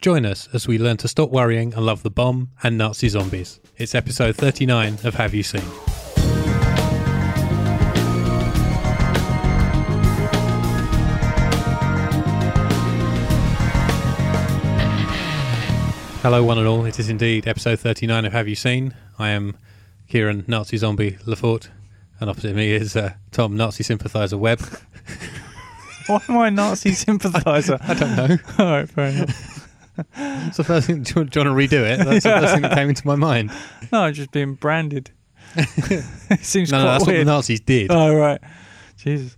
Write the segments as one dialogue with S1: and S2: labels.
S1: Join us as we learn to stop worrying and love the bomb and Nazi zombies. It's episode 39 of Have You Seen? Hello, one and all. It is indeed episode 39 of Have You Seen? I am Kieran, Nazi zombie Lafort, and opposite me is uh, Tom, Nazi sympathiser Webb.
S2: Why am I Nazi sympathiser?
S1: I don't know.
S2: All right, fair enough.
S1: That's the first thing. Do you, do you want to redo it? That's the first thing that came into my mind.
S2: No, I'm just being branded. it seems
S1: No, no,
S2: quite
S1: that's what the
S2: weird.
S1: Nazis did.
S2: oh, right. Jesus.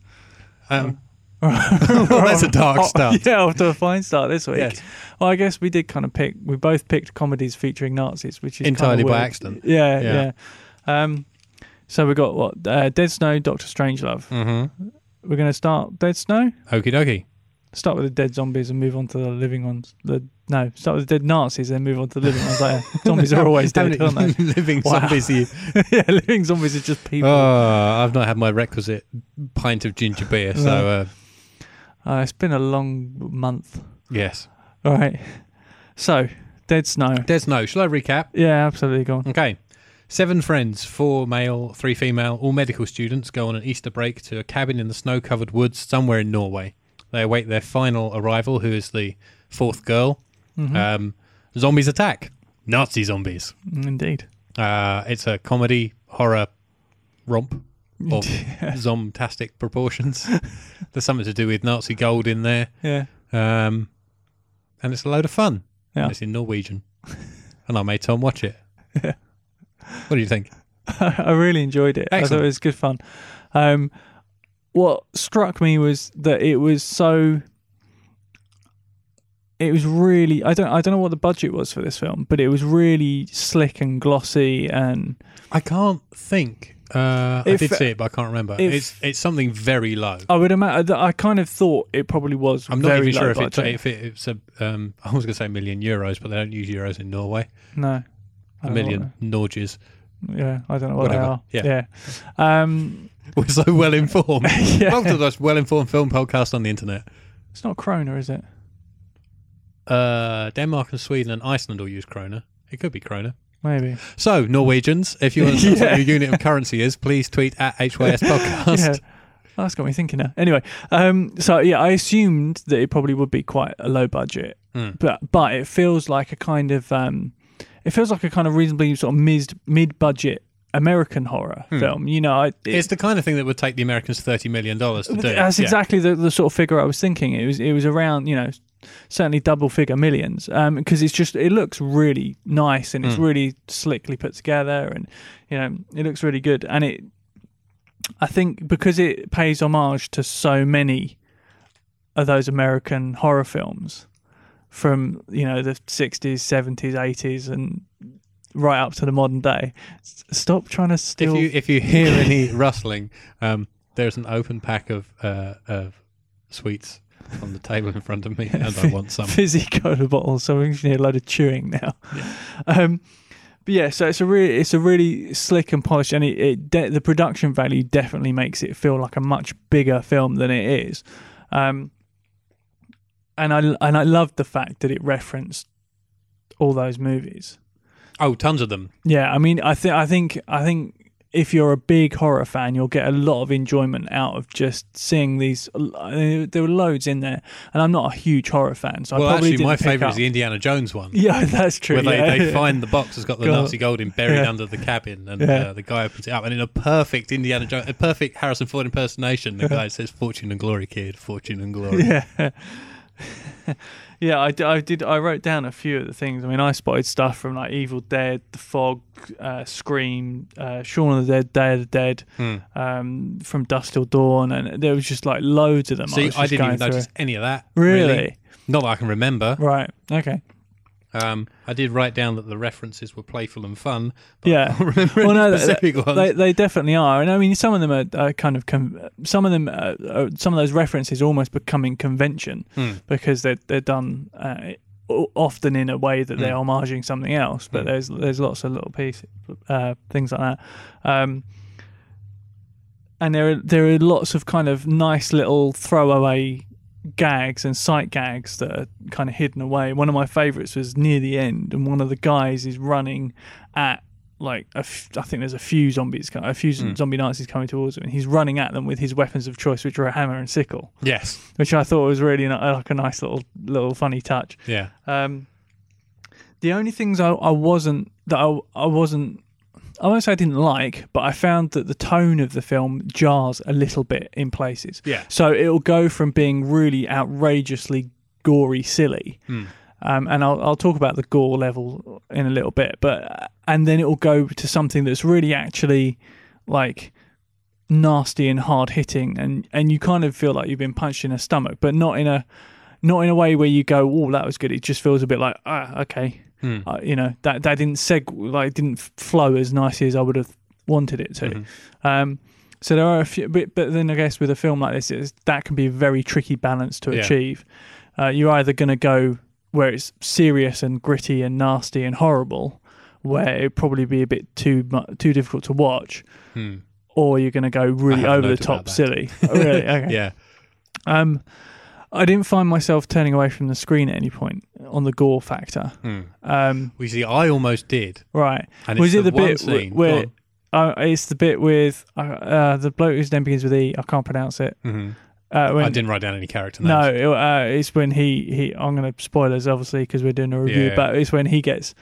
S1: Um,
S2: that's
S1: a dark start.
S2: Yeah, off to a fine start this week.
S1: Yes.
S2: Well, I guess we did kind of pick, we both picked comedies featuring Nazis, which is
S1: Entirely
S2: kind of
S1: by
S2: weird.
S1: accident.
S2: Yeah,
S1: Yeah.
S2: yeah. Um, so we got what? Uh, Dead Snow, Doctor Strangelove.
S1: mm-hmm.
S2: We're going to start Dead Snow?
S1: Okie dokie.
S2: Start with the dead zombies and move on to the living ones. The no, start with the dead Nazis and move on to the living ones. Like, zombies are always
S1: How
S2: dead, aren't they?
S1: many Living
S2: Wow.
S1: zombies. Are you?
S2: yeah, living zombies are just people.
S1: Oh, I've not had my requisite pint of ginger beer, so
S2: No.
S1: uh,
S2: Uh, it's been a long month.
S1: yes.
S2: All right. So, Dead Snow.
S1: There's no. Shall I recap?
S2: Yeah, absolutely gone.
S1: Okay. Seven friends, four male, three female, all medical students, go on an Easter break to a cabin in the snow covered woods somewhere in Norway. They await their final arrival, who is the fourth girl.
S2: Mm-hmm.
S1: Um, zombies attack. Nazi zombies.
S2: Mm, Indeed.
S1: Uh, it's a comedy horror romp of zomtastic proportions. There's something to do with Nazi gold in there.
S2: Yeah.
S1: Um, and it's a load of fun.
S2: Yeah.
S1: And it's in Norwegian. and I made Tom watch it. What do you think?
S2: I really enjoyed it. I thought
S1: Excellent.
S2: it was good fun. Um, what struck me was that it was so. It was really. I don't. I don't know what the budget was for this film, but it was really slick and glossy, and
S1: I can't think. Uh, I
S2: If-
S1: did see it, but I can't remember.
S2: if-
S1: it's it's something very low.
S2: I would imagine. I kind of thought it probably was.
S1: I'm not
S2: very
S1: even sure
S2: low
S1: if, it,
S2: budget.
S1: if it, it's a. Um, I was going to say million euros, but they don't use euros in Norway.
S2: No.
S1: A
S2: I don't
S1: million norges.
S2: know. Yeah, I don't know what
S1: Whatever.
S2: they are. Yeah. Um,
S1: We're so well informed.
S2: Yeah.
S1: Welcome to the most well informed film podcast on the internet.
S2: it's not Kroner, is it?
S1: Uh, Denmark and Sweden and Iceland all use krona. It could be krona.
S2: Maybe.
S1: So, Norwegians, if you want to know
S2: Yeah.
S1: what your unit of currency is, please tweet at HYS Podcast.
S2: Yeah. Oh, that's got me thinking now. Anyway, um, so yeah, I assumed that it probably would be quite a low budget,
S1: Mm.
S2: but but it feels like a kind of um, it feels like a kind of reasonably sort of mid mid budget American horror film. You know, I, it-
S1: Hmm. It's the kind of thing that would take the Americans $30 million to do.
S2: That's
S1: Yeah.
S2: exactly the, the sort of figure I was thinking. It was it was around you know certainly double figure millions because it's just it looks really nice and
S1: Hmm.
S2: it's really slickly put together and you know it looks really good and it I think because it pays homage to so many of those American horror films from you know the sixties seventies eighties and right up to the modern day. S- Stop trying to steal.
S1: If you if you hear any rustling, um, there's an open pack of uh, of sweets on the table in front of me, and I want some.
S2: fizzy cola bottle, so we're going to need a load of chewing now. Um, but yeah, so it's a really, it's a really slick and polished, and it, it de- the production value definitely makes it feel like a much bigger film than it is. Um, and I and I loved the fact that it referenced all those movies.
S1: Oh, tons of them.
S2: Yeah, I mean, I think I think I think if you're a big horror fan, you'll get a lot of enjoyment out of just seeing these. uh, There were loads in there, and I'm not a huge horror fan, so I
S1: Well,
S2: probably
S1: actually,
S2: didn't
S1: my
S2: pick
S1: favourite is
S2: up-
S1: the Indiana Jones one,
S2: Yeah, that's true.
S1: where they,
S2: yeah.
S1: they find the box has got the
S2: God.
S1: Nazi gold in buried
S2: Yeah.
S1: under the cabin, and
S2: Yeah.
S1: uh, the guy opens it up, and in a perfect Indiana Jones, a perfect Harrison Ford impersonation, the guy says, "Fortune and glory, kid, fortune and glory."
S2: yeah. Yeah, I, d- I did. I wrote down a few of the things. I mean, I spotted stuff from like Evil Dead, The Fog, uh, Scream, uh, Shaun of the Dead, Day of the Dead,
S1: Hmm.
S2: um, from Dust Till Dawn, and there was just like loads of them.
S1: See,
S2: was
S1: I
S2: just
S1: didn't
S2: going
S1: even notice
S2: through.
S1: any of that.
S2: Really?
S1: Not that I can remember.
S2: Right. Okay.
S1: Um, I did write down that the references were playful and fun. But
S2: Yeah.
S1: I can't remember
S2: well,
S1: any
S2: no, th-
S1: specific ones.
S2: they, they definitely are, and I mean, some of them are, are kind of com- some of them are, are, some of those references almost becoming convention
S1: Hmm.
S2: because they're they're done uh, o- often in a way that they're homaging something else. But there's there's lots of little pieces uh, things like that. Um, and there are there are lots of kind of nice little throwaway gags and sight gags that are kind of hidden away. One of my favorites was near the end, and one of the guys is running at like a f- I think there's a few zombies, co- a few zombie Nazis coming towards him, and he's running at them with his weapons of choice, which are a hammer and sickle,
S1: Yes.
S2: which I thought was really ni- like a nice little little funny touch.
S1: Yeah.
S2: Um, the only things I, I wasn't that I, I wasn't I won't say I didn't like, but I found that the tone of the film jars a little bit in places.
S1: Yeah.
S2: So it'll go from being really outrageously gory, silly, um, and I'll, I'll talk about the gore level in a little bit, but and then it'll go to something that's really actually like nasty and hard hitting, and and you kind of feel like you've been punched in the stomach, but not in a not in a way where you go, "Oh, that was good." It just feels a bit like, ah, okay,
S1: Hmm.
S2: uh, you know, that that didn't seg like didn't f- flow as nicely as I would have wanted it to.
S1: Mm-hmm.
S2: Um, so there are a few, but, but then I guess with a film like this, it's, that can be a very tricky balance to
S1: Yeah.
S2: achieve. Uh, you're either going to go where it's serious and gritty and nasty and horrible, where it'd probably be a bit too mu- too difficult to watch,
S1: Hmm.
S2: or you're going to go really
S1: have a
S2: over the
S1: note about
S2: top
S1: that.
S2: silly. Oh, really? Okay.
S1: Yeah.
S2: Um, I didn't find myself turning away from the screen at any point on the gore factor.
S1: Hmm.
S2: Um,
S1: We see. I almost did.
S2: right.
S1: And
S2: was
S1: it's
S2: it the,
S1: the one
S2: bit w-
S1: scene-
S2: where
S1: go
S2: uh, it's the bit with uh, uh, the bloke whose name begins with E? I can't pronounce it.
S1: hmm
S2: Uh, when,
S1: I didn't write down any character names.
S2: No, it- uh, it's when he he. I'm going to spoilers obviously because we're doing a review,
S1: Yeah.
S2: but it's when he gets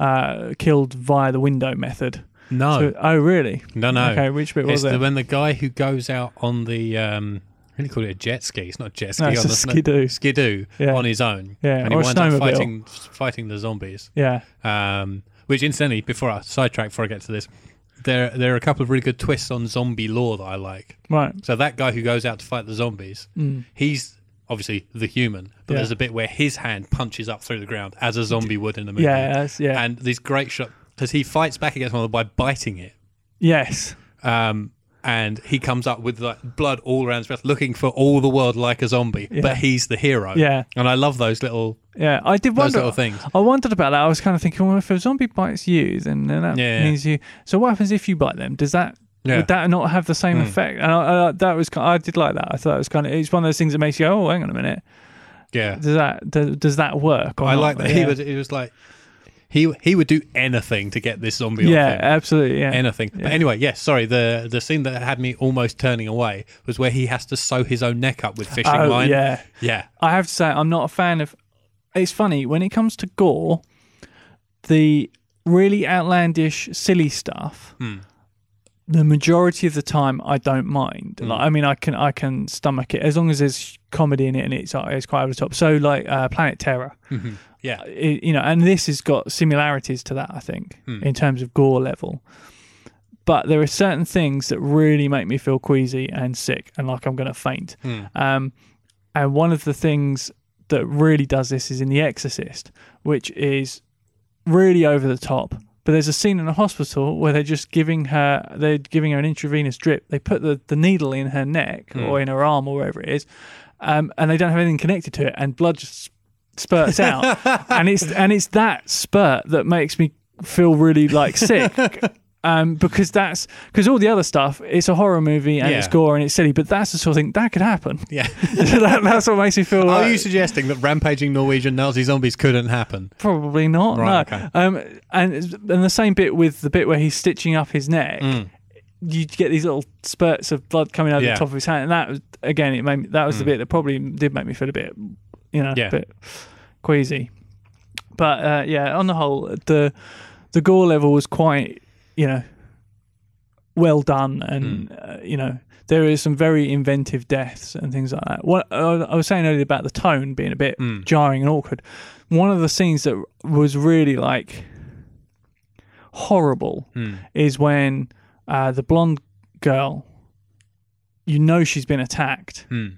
S2: uh, killed via the window method.
S1: No.
S2: So- oh, really?
S1: no. No.
S2: Okay, which bit
S1: It's
S2: was
S1: the,
S2: it?
S1: when the guy who goes out on the um, I really call it a jet ski. It's not a jet ski.
S2: No, it's
S1: on
S2: a
S1: the snow-
S2: skidoo.
S1: skidoo
S2: Yeah.
S1: on his own.
S2: Yeah,
S1: and he
S2: or a
S1: winds up
S2: snowmobile.
S1: fighting fighting the zombies.
S2: Yeah,
S1: Um, which incidentally, before I sidetrack, before I get to this, there there are a couple of really good twists on zombie lore that I like.
S2: right.
S1: So that guy who goes out to fight the zombies, he's obviously the human, but
S2: Hmm. Yeah.
S1: there's a bit where his hand punches up through the ground as a zombie would in the movie.
S2: Yeah, that's, yeah.
S1: and this great shot because he fights back against one of them by biting it.
S2: yes.
S1: Um, and he comes up with like blood all around his breath, looking for all the world like a zombie, but he's the hero.
S2: Yeah.
S1: and I love those little.
S2: Yeah, I did
S1: Those
S2: wonder.
S1: little things.
S2: I wondered about that. I was kind of thinking, well, if a zombie bites you, then, then that
S1: Yeah.
S2: means you. So what happens if you bite them? Does that
S1: Yeah. Hmm.
S2: would that not have the same effect? And I, I, that was ki- I did like that. I thought it was kind of it's one of those things that makes you go, oh, hang on a minute,
S1: Yeah,
S2: does that does, does that work? Or
S1: I
S2: not?
S1: like that.
S2: Yeah.
S1: He was. He was like, he he would do anything to get this zombie.
S2: Yeah,
S1: off him.
S2: absolutely. Yeah.
S1: anything. But anyway, yes. sorry. The the scene that had me almost turning away was where he has to sew his own neck up with fishing
S2: oh
S1: line.
S2: yeah.
S1: yeah,
S2: I have to say, I'm not a fan of. It's funny when it comes to gore, the really outlandish, silly stuff. The majority of the time, I don't mind. Like, I mean, I can I can stomach it as long as there's comedy in it and it's uh, it's quite over the top. So like uh, Planet Terror,
S1: yeah.
S2: it, you know, and this has got similarities to that, I think, in terms of gore level. But there are certain things that really make me feel queasy and sick and like I'm going to faint. Um, and one of the things that really does this is in The Exorcist, which is really over the top. But there's a scene in a hospital where they're just giving her they're giving her an intravenous drip. They put the, the needle in her neck or in her arm or wherever it is, um, and they don't have anything connected to it, and blood just spurts out. and it's and it's that spurt that makes me feel really like sick. Um, because that's because all the other stuff, it's a horror movie and it's
S1: Yeah.
S2: gore and it's silly, but that's the sort of thing that could happen.
S1: Yeah.
S2: that, that's what makes me feel.
S1: Are
S2: like,
S1: you suggesting that rampaging Norwegian Nazi zombies couldn't happen?
S2: Probably not.
S1: Right,
S2: no.
S1: okay.
S2: Um, and and the same bit with the bit where he's stitching up his neck. You get these little spurts of blood coming over
S1: Mm. Yeah. Mm.
S2: the top of his hand, and that was- again, it made me, that was the bit that probably did make me feel a bit, you know,
S1: Yeah.
S2: a bit queasy. But uh, yeah, on the whole, the the gore level was quite, you know, well done, and
S1: Hmm.
S2: uh, you know there is some very inventive deaths and things like that. What uh, I was saying earlier about the tone being a bit
S1: Hmm.
S2: jarring and awkward. One of the scenes that was really like horrible
S1: Hmm.
S2: is when uh, the blonde girl, you know, she's been attacked.
S1: Hmm.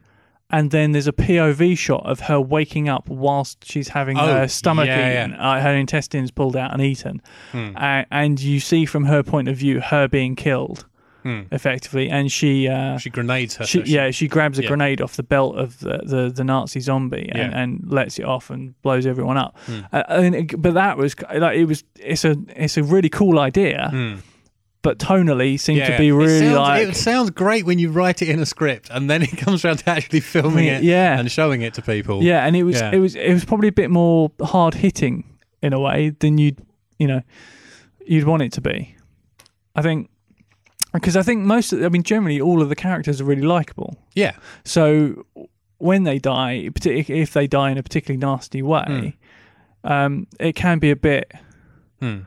S2: And then there's a POV shot of her waking up whilst she's having
S1: Oh,
S2: her stomach
S1: yeah, yeah.
S2: eaten, uh, her intestines pulled out and eaten.
S1: Hmm.
S2: A- and you see from her point of view her being killed effectively. And she, uh,
S1: Hmm. She grenades her.
S2: she,
S1: so she-
S2: yeah, she grabs a
S1: yeah.
S2: grenade off the belt of the, the, the Nazi zombie and,
S1: Yeah. Hmm.
S2: and lets it off and blows everyone up. Uh, and it- but that was like it was it's a it's a really cool idea, but tonally seemed
S1: Hmm. Yeah.
S2: to be really
S1: it sounds,
S2: like
S1: it sounds great when you write it in a script and then it comes around to actually filming it
S2: Yeah.
S1: and showing it to people.
S2: yeah, and it was
S1: Yeah.
S2: it was it was probably a bit more hard hitting in a way than you'd you know you'd want it to be. I think because I think most of, I mean generally all of the characters are really likable.
S1: Yeah.
S2: So when they die, partic- if they die in a particularly nasty way, um, it can be a bit.
S1: Hmm.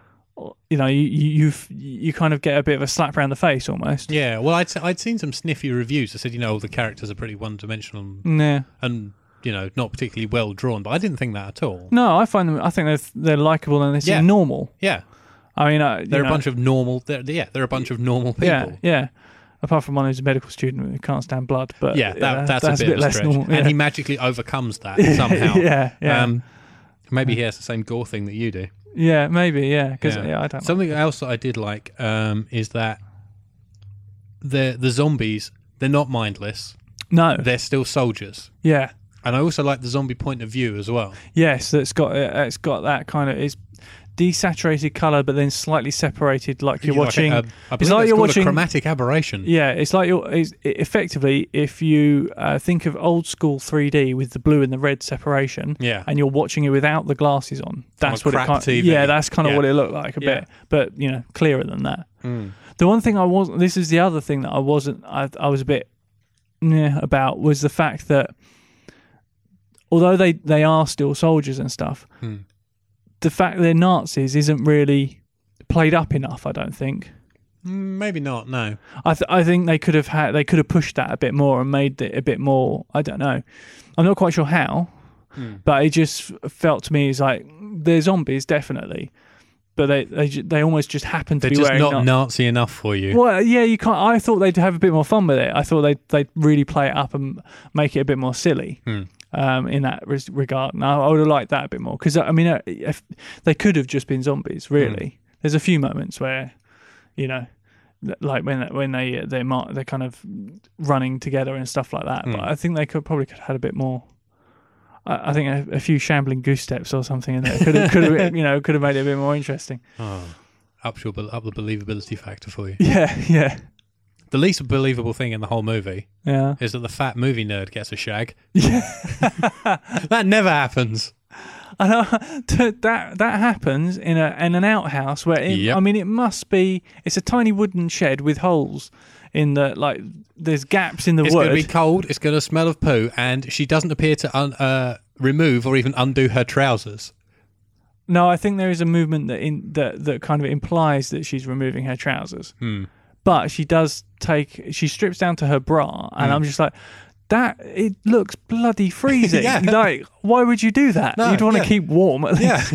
S2: You know, you you you've, you kind of get a bit of a slap round the face almost.
S1: Yeah. Well, I'd, I'd seen some sniffy reviews that said, you know, all the characters are pretty one dimensional and,
S2: Yeah.
S1: and, you know, not particularly well drawn, but I didn't think that at all.
S2: No, I find them. I think they're they're likable and they seem
S1: Yeah.
S2: normal.
S1: Yeah.
S2: I mean, uh, you
S1: They're
S2: know,
S1: a bunch of normal, they're, yeah, they're a bunch of normal people.
S2: yeah, yeah. Apart from one who's a medical student who can't stand blood, but
S1: Yeah, that,
S2: uh,
S1: that's, a bit, of a
S2: less
S1: stretch.
S2: normal.
S1: And
S2: yeah.
S1: he magically overcomes that somehow.
S2: yeah, yeah,
S1: Um, maybe he has the same gore thing that you do.
S2: yeah, maybe, yeah. Because
S1: Yeah.
S2: yeah. I don't. know.
S1: Something else that I did like um, is that the the zombies they're not mindless;
S2: no,
S1: they're still soldiers.
S2: yeah,
S1: And I also like the zombie point of view as well.
S2: yes. It's got uh, it's got that kind of it's desaturated color, but then slightly separated, like you're
S1: You know,
S2: watching.
S1: I, think, uh, I believe
S2: like
S1: that's
S2: you're
S1: called
S2: watching-
S1: a chromatic aberration.
S2: yeah, it's like you're it's, it, effectively if you uh, think of old school 3D with the blue and the red separation.
S1: Yeah,
S2: and you're watching it without the glasses on. That's
S1: a
S2: what it
S1: crap
S2: kind
S1: TV.
S2: Yeah, that's kind of
S1: Yeah.
S2: what it looked like a
S1: Yeah.
S2: bit, but you know, clearer than that.
S1: Mm.
S2: The one thing I wasn't. This is the other thing that I wasn't. I, I was a bit yeah, about was the fact that although they they are still soldiers and stuff,
S1: Hmm.
S2: the fact they're Nazis isn't really played up enough. I don't think.
S1: Mm, maybe not. No,
S2: I th- I think they could have had they could have pushed that a bit more and made it a bit more. I don't know. I'm not quite sure how,
S1: Hmm.
S2: but it just felt to me as like they're zombies definitely, but they they ju- they almost just happen to
S1: they're
S2: be
S1: just
S2: wearing
S1: not
S2: na-
S1: Nazi enough for you.
S2: well, yeah, you can't. I thought they'd have a bit more fun with it. I thought they'd they'd really play it up and make it a bit more silly
S1: Hmm.
S2: um, in that res- regard. And I, I would have liked that a bit more because I mean, uh, if they could have just been zombies. Really, there's a few moments where, you know, th- like when when they they mar- they're kind of running together and stuff like that.
S1: Hmm.
S2: But I think they could probably could have had a bit more. I I think a, a few shambling goose steps or something in there could have, could have, you know, could have made it a bit more interesting.
S1: Oh, up your up the believability factor for you.
S2: Yeah, yeah,
S1: The least believable thing in the whole movie
S2: yeah.
S1: is that the fat movie nerd gets a shag.
S2: Yeah.
S1: That never happens.
S2: I know t- uh, that that happens in a in an outhouse where it,
S1: Yep.
S2: I mean it must be it's a tiny wooden shed with holes in the like there's gaps in the
S1: It's going
S2: wood.
S1: to be cold. It's going to smell of poo, and she doesn't appear to un- uh, remove or even undo her trousers.
S2: no, I think there is a movement that in that that kind of implies that she's removing her trousers,
S1: Hmm.
S2: but she does take she strips down to her bra, and
S1: Hmm.
S2: I'm just like. That it looks bloody freezing.
S1: Yeah.
S2: Like, why would you do that?
S1: No,
S2: You'd want to
S1: yeah.
S2: keep warm. At least.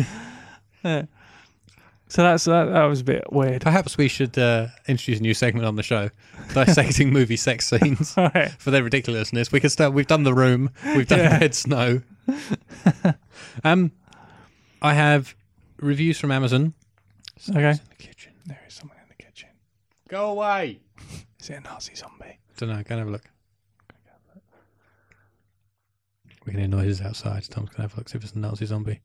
S1: Yeah,
S2: So that's that, that was a bit weird.
S1: perhaps we should uh, introduce a new segment on the show, dissecting movie sex scenes
S2: All right.
S1: for their ridiculousness. We could start. We've done the room. We've done
S2: Yeah.
S1: Red Snow. um, I have reviews from Amazon.
S2: Okay.
S1: In the kitchen.
S2: There is someone in the kitchen.
S1: Go away.
S2: Is it a Nazi zombie?
S1: Don't know. Go and have a look. We can hear noises outside. Tom's gonna have a look. See if it's a Nazi zombie.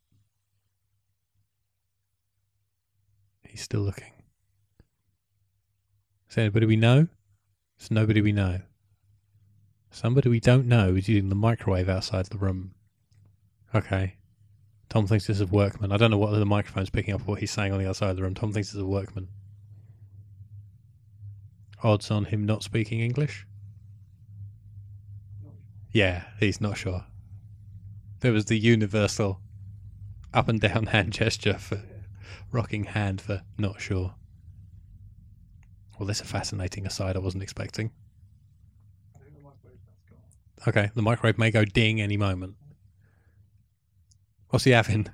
S1: He's still looking. Is there anybody we know? It's nobody we know. Somebody we don't know is using the microwave outside the room. Okay. Tom thinks this is a workman. I don't know what the microphone's picking up, what he's saying on the other side of the room. Tom thinks it's a workman. Odds on him not speaking English? Yeah, he's not sure. There was the universal up and down hand gesture for rocking hand for not sure. Well, that's a fascinating aside I wasn't expecting. Okay, the microwave may go ding any moment. What's he having?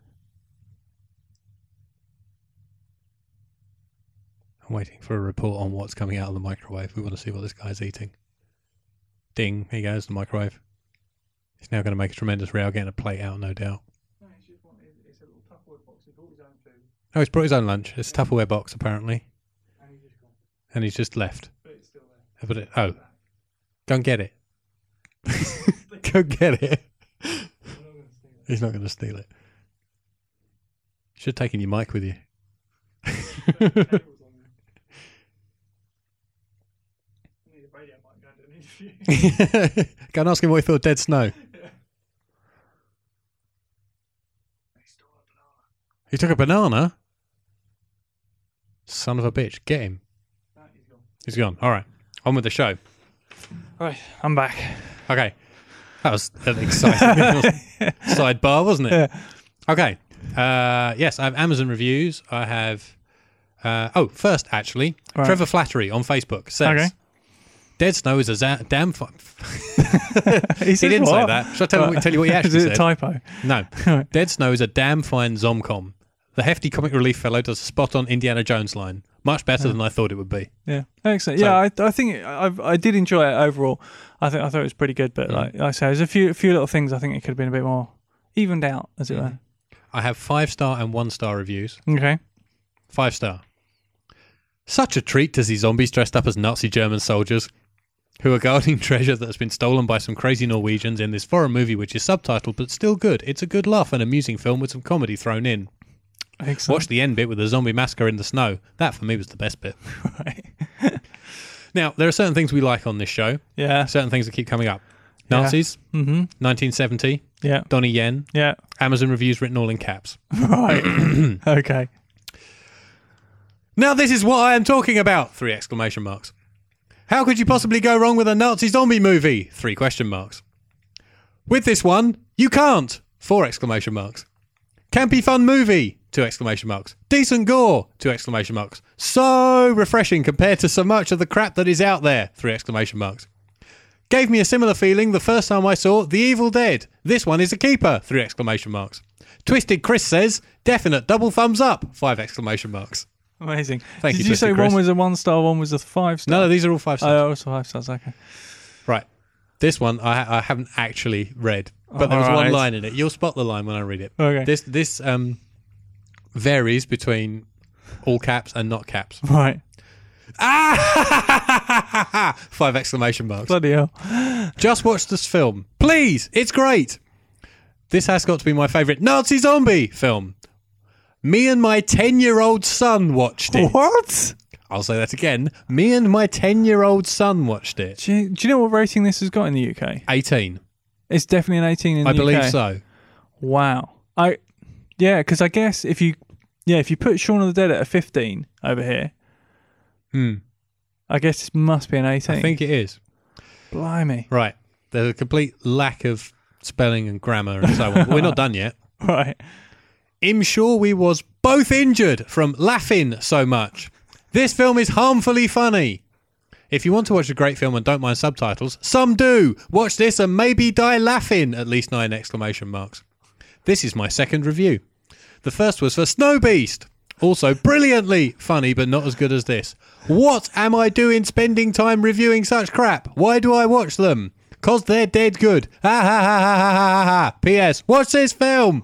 S1: I'm waiting for a report on what's coming out of the microwave. We want to see what this guy's eating. Ding, here goes the microwave. He's now going to make a tremendous row getting a plate out, no doubt. No, he's brought his own lunch. It's a Tupperware box, apparently. And he's just left. But it, oh, go and get it. go get it. He's not going to steal it. Should have taken your mic with you. Go and ask him what he thought of Dead Snow. He took a banana. Son of a bitch. Get him. He's gone. All right. On with the show.
S2: Right, I'm back.
S1: Okay. That was an exciting little sidebar, wasn't it? Okay. Uh, yes, I have Amazon reviews. I have. Uh, oh, first, actually,
S2: Right.
S1: Trevor Flattery on Facebook says
S2: Okay.
S1: Dead Snow is a za- damn. Fi-
S2: He,
S1: he
S2: says
S1: didn't say
S2: what?
S1: that. Should I tell, you- tell you what he
S2: Is
S1: actually
S2: it
S1: said?
S2: a typo?
S1: No.
S2: Right.
S1: Dead Snow is a damn fine zomcom. The hefty comic relief fellow does a spot on Indiana Jones line. Much better than I thought it would be.
S2: Yeah, excellent. Yeah, I, I think I I did enjoy it overall. I think I thought it was pretty good, but like, like I say, there's a few a few little things I think it could have been a bit more evened out, as it
S1: I have five star and one star reviews.
S2: were. Okay.
S1: Five star. Such a treat to see zombies dressed up as Nazi German soldiers who are guarding treasure that has been stolen by some crazy Norwegians in this foreign movie, which is subtitled but still good. It's a good laugh and amusing film with some comedy thrown in.
S2: Excellent.
S1: Watch the end bit with the zombie massacre in the snow. That for me was the best bit. now, there are certain things we like on this show.
S2: Yeah.
S1: certain things that keep coming up.
S2: Yeah.
S1: Nazis,
S2: Mm-hmm.
S1: 1970,
S2: Yeah.
S1: Donnie Yen,
S2: Yeah.
S1: Amazon reviews written all in caps.
S2: Right. okay.
S1: Now this is what I am talking about! Three exclamation marks. How could you possibly go wrong with a Nazi zombie movie? Three question marks. With this one, you can't! Four exclamation marks. Campy fun movie! Two exclamation marks. Decent gore! Two exclamation marks. So refreshing compared to so much of the crap that is out there! Three exclamation marks. Gave me a similar feeling the first time I saw The Evil Dead. This one is a keeper! Three exclamation marks. Twisted Chris says, definite double thumbs up! Five exclamation marks.
S2: Amazing.
S1: Thank
S2: did
S1: you,
S2: you say
S1: Twisted Chris.
S2: one was a one star, one was a five star?
S1: No, these are all five stars.
S2: Oh, also five stars. Okay.
S1: right. This one I, I haven't actually read, but there was one
S2: Alright.
S1: line in it. You'll spot the line when I read it.
S2: Okay.
S1: This this um varies between all caps and not caps.
S2: Right.
S1: Ah! Five exclamation marks.
S2: Bloody hell.
S1: Just watch this film. Please, it's great. This has got to be my favourite Nazi zombie film. Me and my 10 year old son watched it.
S2: What?
S1: I'll say that again. Me and my 10 year old son watched it.
S2: Do you, do you know what rating this has got in the UK?
S1: 18.
S2: It's definitely an 18 in
S1: I
S2: the
S1: believe
S2: UK.
S1: so.
S2: Wow. I yeah, because I guess if you yeah if you put Shaun of the Dead at a fifteen over here,
S1: Hmm.
S2: I guess this must be an eighteen.
S1: I think it is.
S2: Blimey.
S1: Right. There's a complete lack of spelling and grammar and so on. But we're not done yet.
S2: Right.
S1: I'm sure we was both injured from laughing so much. This film is harmfully funny. If you want to watch a great film and don't mind subtitles, some do. Watch this and maybe die laughing. At least nine exclamation marks. This is my second review. The first was for Snow Beast. Also brilliantly funny, but not as good as this. What am I doing spending time reviewing such crap? Why do I watch them? Cause they're dead good. Ha ha ha ha ha ha ha ha. P.S. Watch this film.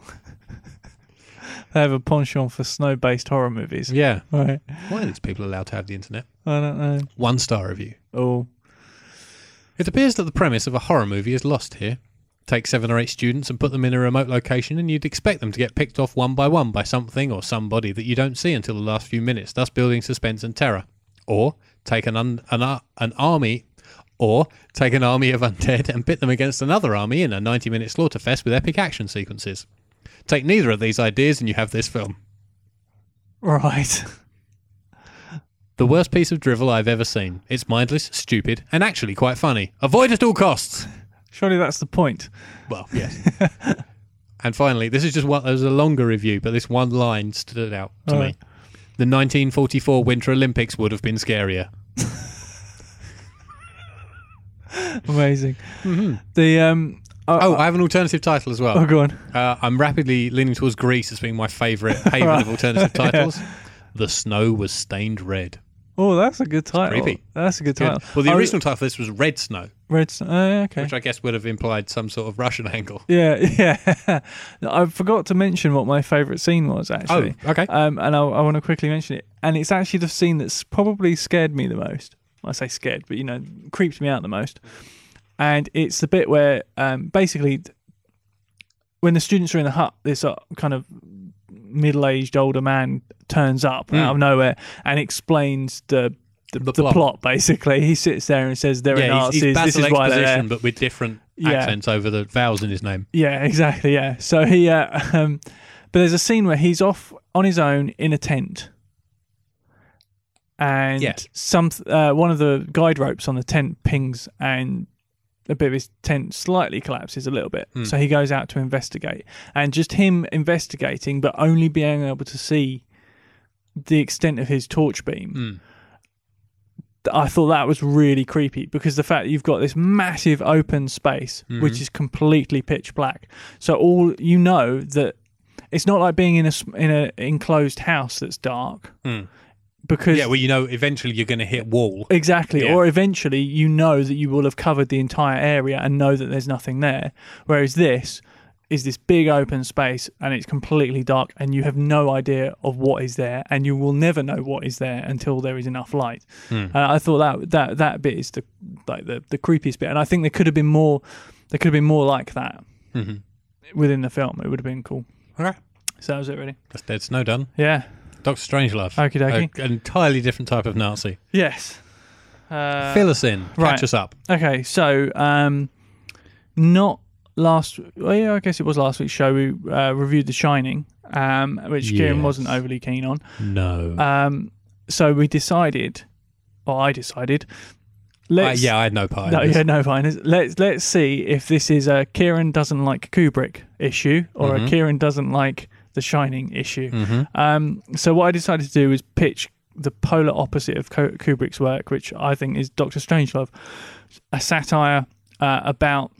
S2: They have a penchant for snow based horror movies.
S1: Yeah.
S2: Right.
S1: Why are these people allowed to have the internet?
S2: I don't know.
S1: One star review.
S2: Oh.
S1: It appears that the premise of a horror movie is lost here. Take seven or eight students and put them in a remote location, and you'd expect them to get picked off one by one by something or somebody that you don't see until the last few minutes, thus building suspense and terror. Or take an un- an, ar- an army, or take an army of undead and pit them against another army in a 90-minute slaughterfest with epic action sequences. Take neither of these ideas, and you have this film.
S2: Right.
S1: The worst piece of drivel I've ever seen. It's mindless, stupid, and actually quite funny. Avoid at all costs.
S2: Surely that's the point.
S1: Well, yes. and finally, this is just one. There's a longer review, but this one line stood out to me.
S2: Alright.
S1: The 1944 Winter Olympics would have been scarier.
S2: Amazing. The um. Oh,
S1: Mm-hmm. Oh, I have an alternative title as well.
S2: oh, go on.
S1: Uh, I'm rapidly leaning towards Greece as being my favourite haven of alternative titles. The snow was stained red.
S2: Oh, that's a good title.
S1: creepy.
S2: That's a good title.
S1: Well, the
S2: Oh,
S1: original title for this was Red Snow,
S2: Red. Snow- Oh, okay.
S1: which I guess would have implied some sort of Russian angle.
S2: Yeah, yeah. I forgot to mention what my favourite scene was actually.
S1: Oh, okay.
S2: Um, and I, I want to quickly mention it. And it's actually the scene that's probably scared me the most. I say scared, but you know, creeps me out the most. And it's the bit where um, basically when the students are in the hut, this uh, kind of middle-aged older man turns up out of nowhere and explains the the,
S1: Mm. The
S2: the,
S1: plot.
S2: plot. basically. He sits there and says they're
S1: yeah, he's,
S2: Nazis.
S1: he's
S2: this
S1: Basil
S2: is why they're there.
S1: Exposition, but with different
S2: Yeah.
S1: accents over the vowels in his name.
S2: Yeah, exactly. Yeah. So he, uh, um, but there's a scene where he's off on his own in a tent, and
S1: Yeah.
S2: some uh, one of the guide ropes on the tent pings, and a bit of his tent slightly collapses a little bit. So he goes out to investigate, and just him investigating, but only being able to see the extent of his torch beam. I thought that was really creepy because the fact that you've got this massive open space which is completely pitch black. So all you know that it's not like being in a s- in a enclosed house that's dark because
S1: Yeah, well, you know, eventually you're going to hit wall.
S2: exactly
S1: Yeah.
S2: or eventually you know that you will have covered the entire area and know that there's nothing there. Whereas this is this big open space and it's completely dark and you have no idea of what is there and you will never know what is there until there is enough light. Uh, I thought that that that bit is the like the the creepiest bit, and I think there could have been more. There could have been more like that
S1: Mm-hmm.
S2: within the film. It would have been cool.
S1: All right,
S2: So that was it, really.
S1: that's Dead Snow done.
S2: Yeah.
S1: Doctor Strangelove.
S2: Okie dokie.
S1: A- An entirely different type of Nazi.
S2: Yes. Uh,
S1: Fill us in.
S2: right.
S1: Catch us up.
S2: okay, so um, not last. Well, yeah, I guess it was last week's show. We uh, reviewed The Shining, um, which Kieran
S1: Yes.
S2: wasn't overly keen on.
S1: No.
S2: Um, so we decided, or I decided.
S1: I-
S2: Let's,
S1: Uh, yeah, I had no part.
S2: No,
S1: in this.
S2: yeah, no, fine. Let's let's see if this is a Kieran doesn't like Kubrick issue or
S1: Mm-hmm.
S2: a Kieran doesn't like The Shining issue. Um, so what I decided to do is pitch the polar opposite of Ko- Kubrick's work, which I think is Doctor Strangelove, a satire uh, about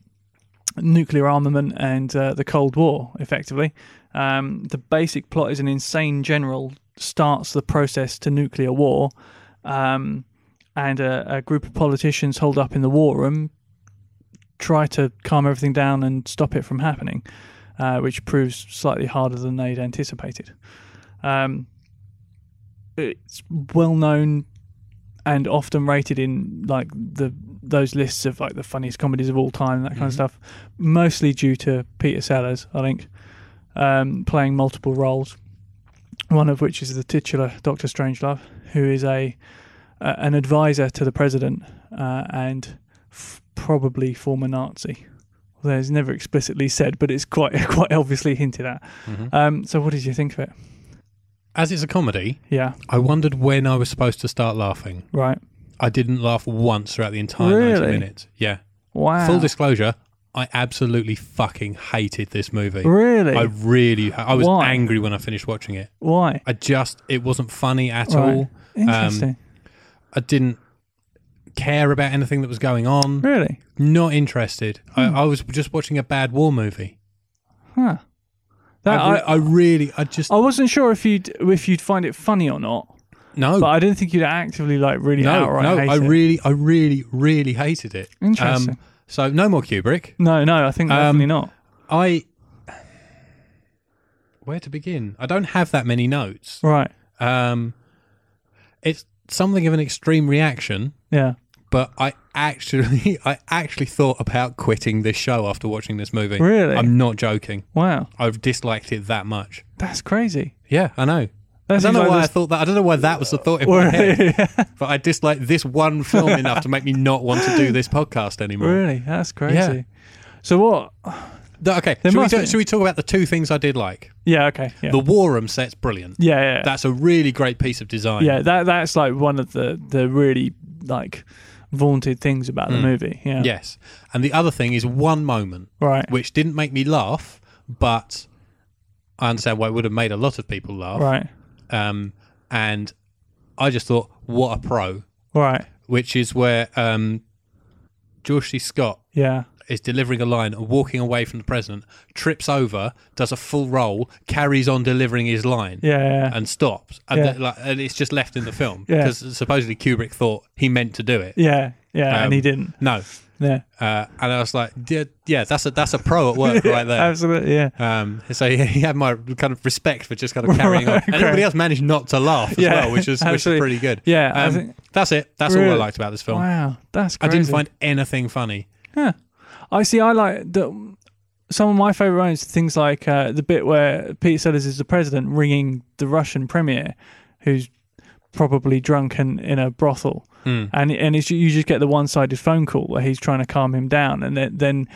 S2: nuclear armament and uh, the Cold War, effectively. Um, the basic plot is an insane general starts the process to nuclear war, um, and a, a group of politicians holed up in the war room try to calm everything down and stop it from happening, uh, which proves slightly harder than they'd anticipated. Um, it's well known and often rated in like the those lists of like the funniest comedies of all time and that kind of stuff, mostly due to Peter Sellers, I think, um, playing multiple roles. One of which is the titular Doctor Strangelove, who is a uh, an advisor to the president uh, and f- probably former Nazi. Although it's never explicitly said, but it's quite quite obviously hinted at. Um, so, what did you think of it?
S1: As it's a comedy,
S2: Yeah,
S1: I wondered when I was supposed to start laughing.
S2: right.
S1: I didn't laugh once throughout the entire 90
S2: Really?
S1: minutes. Yeah.
S2: Wow.
S1: Full disclosure, I absolutely fucking hated this movie.
S2: Really?
S1: I um, really, ha- I was
S2: Why?
S1: angry when I finished watching it.
S2: Why?
S1: I just, it wasn't funny at
S2: Right.
S1: all.
S2: Interesting.
S1: I didn't care about anything that was going on.
S2: really?
S1: Not interested.
S2: Hmm.
S1: I, I was just watching a bad war movie.
S2: Huh. That,
S1: I,
S2: I,
S1: re- I really, I just,
S2: I wasn't sure if you'd if you'd find it funny or not,
S1: no.
S2: but I didn't think you'd actively like really
S1: no,
S2: outright
S1: no,
S2: hate
S1: I
S2: it.
S1: really, I really, really hated it. Um,
S2: Interesting.
S1: so no more Kubrick.
S2: no, no, I think
S1: Um,
S2: definitely not.
S1: I where to begin? I don't have that many notes.
S2: Right.
S1: Um, it's something of an extreme reaction,
S2: Yeah.
S1: but I actually, I actually thought about quitting this show after watching this movie.
S2: Really?
S1: I'm not joking.
S2: Wow.
S1: I've disliked it that much.
S2: That's crazy.
S1: Yeah, I know. I
S2: That's
S1: don't know
S2: like
S1: why I
S2: this-
S1: thought that. I don't know why that was the thought in my head. But I dislike this one film enough to make me not want to do this podcast anymore.
S2: really? That's crazy. So what?
S1: Th- Okay, should we,
S2: must
S1: do,
S2: be-
S1: should we talk about the two things I did like?
S2: Yeah. Okay. Yeah.
S1: The War Room set's brilliant.
S2: yeah. Yeah.
S1: That's a really great piece of design.
S2: yeah. That that's like one of the the really like vaunted things about
S1: Hmm.
S2: the movie. Yeah.
S1: Yes. And the other thing is one moment,
S2: Right.
S1: which didn't make me laugh, but I understand why it would have made a lot of people laugh.
S2: Right.
S1: Um, and I just thought, what a pro,
S2: Right.
S1: which is where um, George C. Scott
S2: Yeah.
S1: is delivering a line and walking away from the president, trips over, does a full roll, carries on delivering his line.
S2: Yeah. yeah.
S1: and stops, and,
S2: Yeah.
S1: that- like, and it's just left in the film
S2: Yeah.
S1: because supposedly Kubrick thought he meant to do it.
S2: Yeah, yeah,
S1: Um,
S2: and he didn't.
S1: No,
S2: Yeah,
S1: uh, and I was like, yeah, yeah, that's a that's a pro at work right there.
S2: absolutely. Yeah,
S1: Um, so he, he had my kind of respect for just kind of carrying on, and everybody else managed not to laugh as
S2: Yeah,
S1: well, which is which is
S2: absolutely.
S1: pretty good.
S2: Yeah, I
S1: um,
S2: think-
S1: that's it. That's all I
S2: Really?
S1: liked about this film.
S2: wow, that's
S1: um, I
S2: crazy.
S1: didn't find anything funny.
S2: Yeah, I see. I like the, some of my favorite moments. are Things like uh, the bit where Peter Sellers is the president ringing the Russian premier, who's probably drunk and in a brothel,
S1: Mm.
S2: and and it's, you just get the one-sided phone call where he's trying to calm him down, and then, then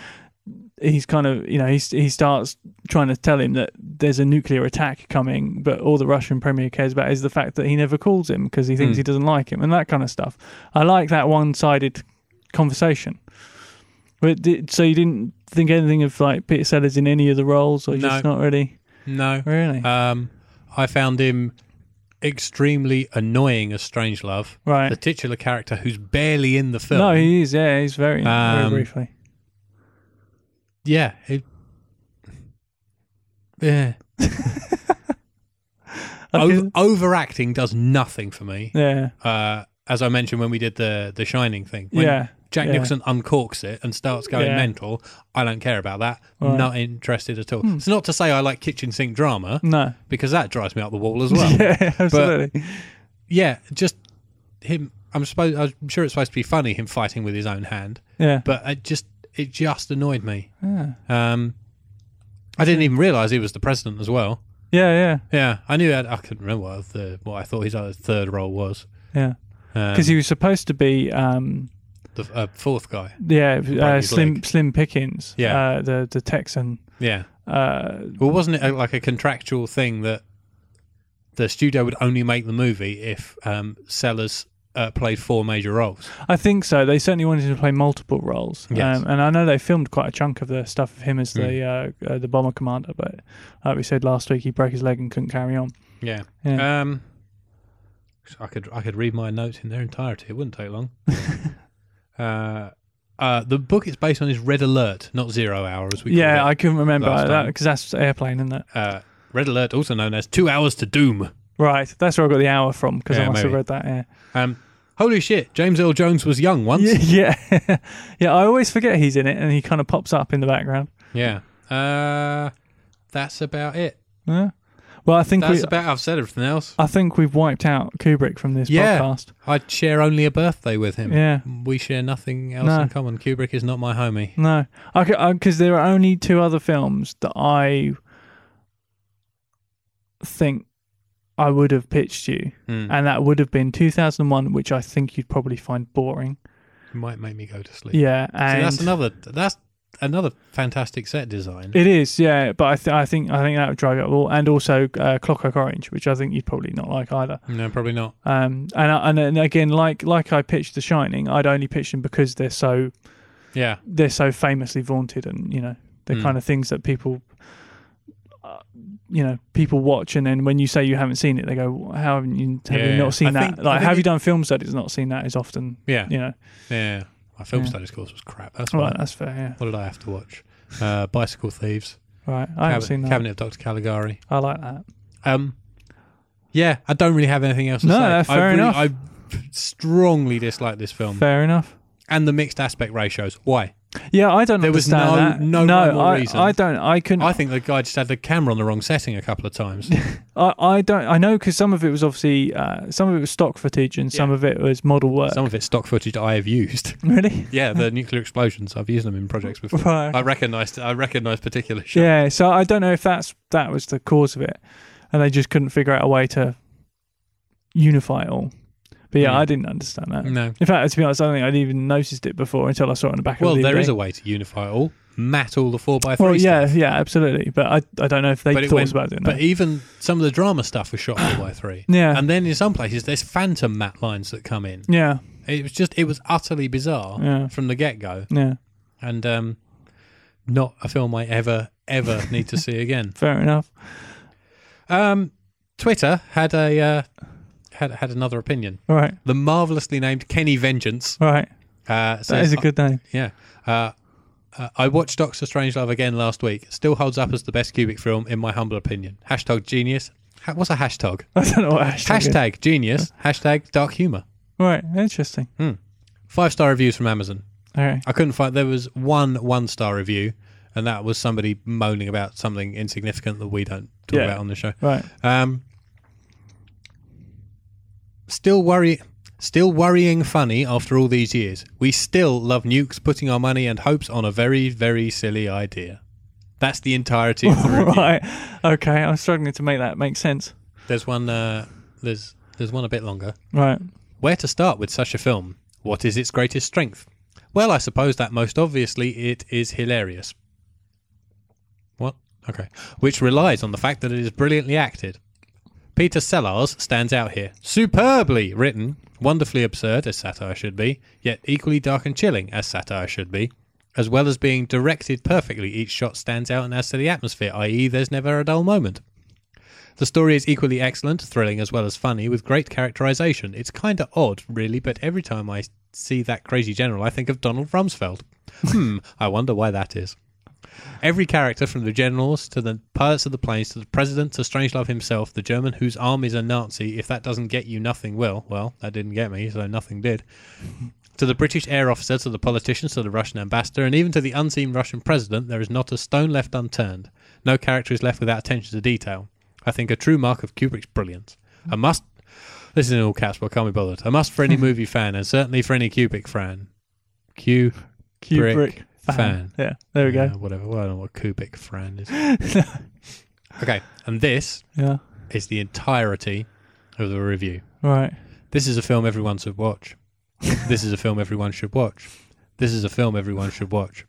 S2: he's kind of you know he's, he starts trying to tell him that there's a nuclear attack coming, but all the Russian premier cares about is the fact that he never calls him because he thinks
S1: Mm.
S2: he doesn't like him and that kind of stuff. I like that one-sided conversation. But did, so you didn't think anything of like Peter Sellers in any of the roles, or
S1: No.
S2: just not really,
S1: No.
S2: really,
S1: Um, I found him extremely annoying as Strangelove,
S2: right?
S1: the titular character who's barely in the film.
S2: No, he is. Yeah, he's very, very
S1: Um,
S2: briefly.
S1: yeah. It, yeah. O-
S2: Okay.
S1: overacting does nothing for me.
S2: yeah,
S1: Uh, as I mentioned when we did the the Shining thing, when
S2: yeah,
S1: Jack
S2: yeah.
S1: Nicholson uncorks it and starts going
S2: Yeah.
S1: mental. I don't care about that.
S2: Right. Hmm.
S1: Not interested at all. It's not to say I like kitchen sink drama
S2: No,
S1: because that drives me up the wall as well. yeah.
S2: Hmm. yeah, absolutely.
S1: just him. I'm supposed. I'm sure it's supposed to be funny him fighting with his own hand,
S2: yeah,
S1: but it just it just annoyed me.
S2: yeah,
S1: Um, I didn't even realize he was the president as well.
S2: yeah, yeah,
S1: Yeah, I knew. I'd, I couldn't remember what the what I thought his other third role was.
S2: yeah.
S1: Um,
S2: Because he was supposed to be, um,
S1: the uh, fourth guy.
S2: yeah, uh,
S1: Bradley
S2: Slim
S1: Blake.
S2: Slim Pickens,
S1: Yeah.
S2: uh, the the Texan.
S1: Yeah.
S2: Uh,
S1: Well, wasn't it uh, like a contractual thing that the studio would only make the movie if um, Sellers uh, played four major roles?
S2: I think so. They certainly wanted him to play multiple roles,
S1: Yes.
S2: um, and I know they filmed quite a chunk of the stuff of him as the
S1: Hmm.
S2: uh, uh, the bomber commander. But like we said last week, he broke his leg and couldn't carry on.
S1: Yeah.
S2: Yeah.
S1: Um, so I could I could read my notes in their entirety. It wouldn't take long. uh, uh, the book it's based on is Red Alert, not Zero Hour, as we call
S2: yeah, I
S1: it.
S2: couldn't remember
S1: last
S2: that
S1: time.
S2: because that's airplane, isn't it?
S1: uh, Red Alert, also known as Two Hours to Doom.
S2: Right, that's where I got the hour from because I
S1: Yeah,
S2: must have
S1: maybe.
S2: read that. Yeah.
S1: Um, holy shit, James Earl Jones was young once.
S2: Yeah, yeah, yeah. I always forget he's in it, and he kind of pops up in the background.
S1: Yeah. Uh, that's about it.
S2: Yeah. Well, I think
S1: That's
S2: we,
S1: about. I've said everything else.
S2: I think we've wiped out Kubrick from this
S1: Yeah.
S2: podcast.
S1: I'd share only a birthday with him.
S2: Yeah.
S1: We share nothing else
S2: No.
S1: in common. Kubrick is not my homie.
S2: No, because there are only two other films that I think I would have pitched you,
S1: Hmm.
S2: and that would have been 2001, which I think you'd probably find boring.
S1: Might make me go to sleep.
S2: Yeah,
S1: See,
S2: and
S1: that's another. That's another fantastic set design.
S2: It is, yeah, but I, th- I think I think that would drive it up all, and also uh, Clockwork Orange, which I think you'd probably not like either.
S1: no, probably not.
S2: Um, and, I- and and again, like like I pitched The Shining, I'd only pitched them because they're so
S1: Yeah.
S2: they're so famously vaunted, and you know they're
S1: Mm.
S2: kind of things that people, uh, you know, people watch, and then when you say you haven't seen it, they go, well, "How haven't you? Have
S1: Yeah,
S2: you
S1: I
S2: not seen that?
S1: think- I
S2: like,
S1: think
S2: have
S1: it-
S2: you done film studies not seen that? Is often,
S1: Yeah.
S2: you know,
S1: Yeah. My film
S2: Yeah.
S1: studies course was crap. That's
S2: right?
S1: why.
S2: That's fair.
S1: What did I have to watch? Uh, Bicycle Thieves.
S2: Yeah, right. I haven't
S1: Cabinet-
S2: seen that.
S1: Cabinet of Dr. Caligari.
S2: I like that.
S1: Um. Yeah, I don't really have anything else to
S2: No,
S1: say.
S2: no, fair
S1: I
S2: enough.
S1: I strongly dislike this film
S2: Fair enough.
S1: and the mixed aspect ratios. Why?
S2: Yeah, I don't
S1: There was
S2: understand
S1: no-
S2: that.
S1: no rhyme or
S2: I,
S1: reason.
S2: I don't. I couldn't.
S1: I think the guy just had the camera on the wrong setting a couple of times.
S2: I, I don't I know because some of it was obviously uh, some of it was stock footage and some of it was model work.
S1: Some of it's stock footage I have used.
S2: really?
S1: Yeah, the nuclear explosions. I've used them in projects before.
S2: Right.
S1: I recognised. I recognised particular shots.
S2: Yeah. So I don't know if that's that was the cause of it, and they just couldn't figure out a way to unify it all. But yeah,
S1: Hmm.
S2: I didn't understand that.
S1: No.
S2: In fact, to be honest, I don't think I'd even noticed it before until I saw it on the back
S1: Well,
S2: of the
S1: there
S2: DVD.
S1: is a way to unify it all. Mat all the four by three.
S2: Well, yeah,
S1: stuff.
S2: yeah, absolutely. But I, I don't know if they
S1: But it
S2: thought
S1: went-
S2: about doing
S1: But
S2: that.
S1: even some of the drama stuff was shot four by three.
S2: Yeah.
S1: And then in some places, there's phantom mat lines that come in.
S2: yeah,
S1: It was just. It was utterly bizarre
S2: Yeah.
S1: from the get go,
S2: yeah,
S1: and um, not a film I ever ever need to see again.
S2: fair enough.
S1: Um, Twitter had a uh, had had another opinion.
S2: All right,
S1: The marvelously named Kenny Vengeance.
S2: all right.
S1: Uh,
S2: That
S1: says,
S2: is a good name.
S1: yeah. Uh, uh, I watched Doctor Strangelove again last week. Still holds up as the best cubic film, in my humble opinion. Hashtag genius. Ha- what's a hashtag?
S2: I don't know what hashtag. is.
S1: Hashtag genius. Hashtag dark humor.
S2: Right, interesting.
S1: Five star reviews from Amazon.
S2: All right.
S1: I couldn't find. There was one one star review, and that was somebody moaning about something insignificant that we don't talk
S2: Yeah.
S1: about on the show.
S2: Right.
S1: Um, still worry, still worrying funny after all these years. We still love nukes, putting our money and hopes on a very, very silly idea. That's the entirety of the review.
S2: right. Okay. I'm struggling to make that make sense.
S1: There's one. Uh, there's There's one a bit longer.
S2: Right.
S1: Where to start with such a film? What is its greatest strength? Well, I suppose that most obviously it is hilarious. What? Okay. Which relies on the fact that it is brilliantly acted. Peter Sellars stands out here. Superbly written, wonderfully absurd, as satire should be, yet equally dark and chilling, as satire should be. As well as being directed perfectly, each shot stands out and adds to the atmosphere, i.e., there's never a dull moment. The story is equally excellent, thrilling as well as funny, with great characterization. It's kind of odd, really, but every time I see that crazy general, I think of Donald Rumsfeld. hmm, I wonder why that is. Every character, from the generals to the pilots of the planes to the president to Strangelove himself, the German whose arm is a Nazi, if that doesn't get you, nothing will. Well, that didn't get me, so nothing did. To the British air officer, to the politicians, to the Russian ambassador, and even to the unseen Russian president, there is not a stone left unturned. No character is left without attention to detail. I think a true mark of Kubrick's brilliance. A must. This is in all caps, but I can't be bothered. A must for any movie fan, and certainly for any Kubrick fan. Q.
S2: Kubrick
S1: Brick
S2: fan.
S1: fan.
S2: Yeah. There we
S1: Uh,
S2: go.
S1: whatever. Well, I don't know what Kubrick fan is. okay, and this
S2: Yeah.
S1: is the entirety of the review.
S2: Right.
S1: This is a film everyone should watch. this is a film everyone should watch. This is a film everyone should watch.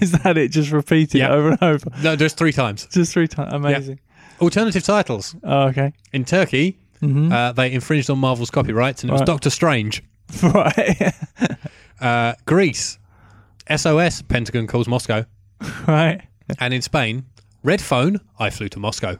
S2: Is that it? Just repeating
S1: Yeah.
S2: it over and over.
S1: No, just three times.
S2: Just three times. Amazing.
S1: Alternative titles.
S2: Oh, okay.
S1: In Turkey,
S2: Mm-hmm.
S1: uh, they infringed on Marvel's copyrights, and it was
S2: Right.
S1: Doctor Strange.
S2: right.
S1: Uh, Greece, SOS, Pentagon calls Moscow.
S2: right.
S1: And in Spain, Red Phone, I flew to Moscow.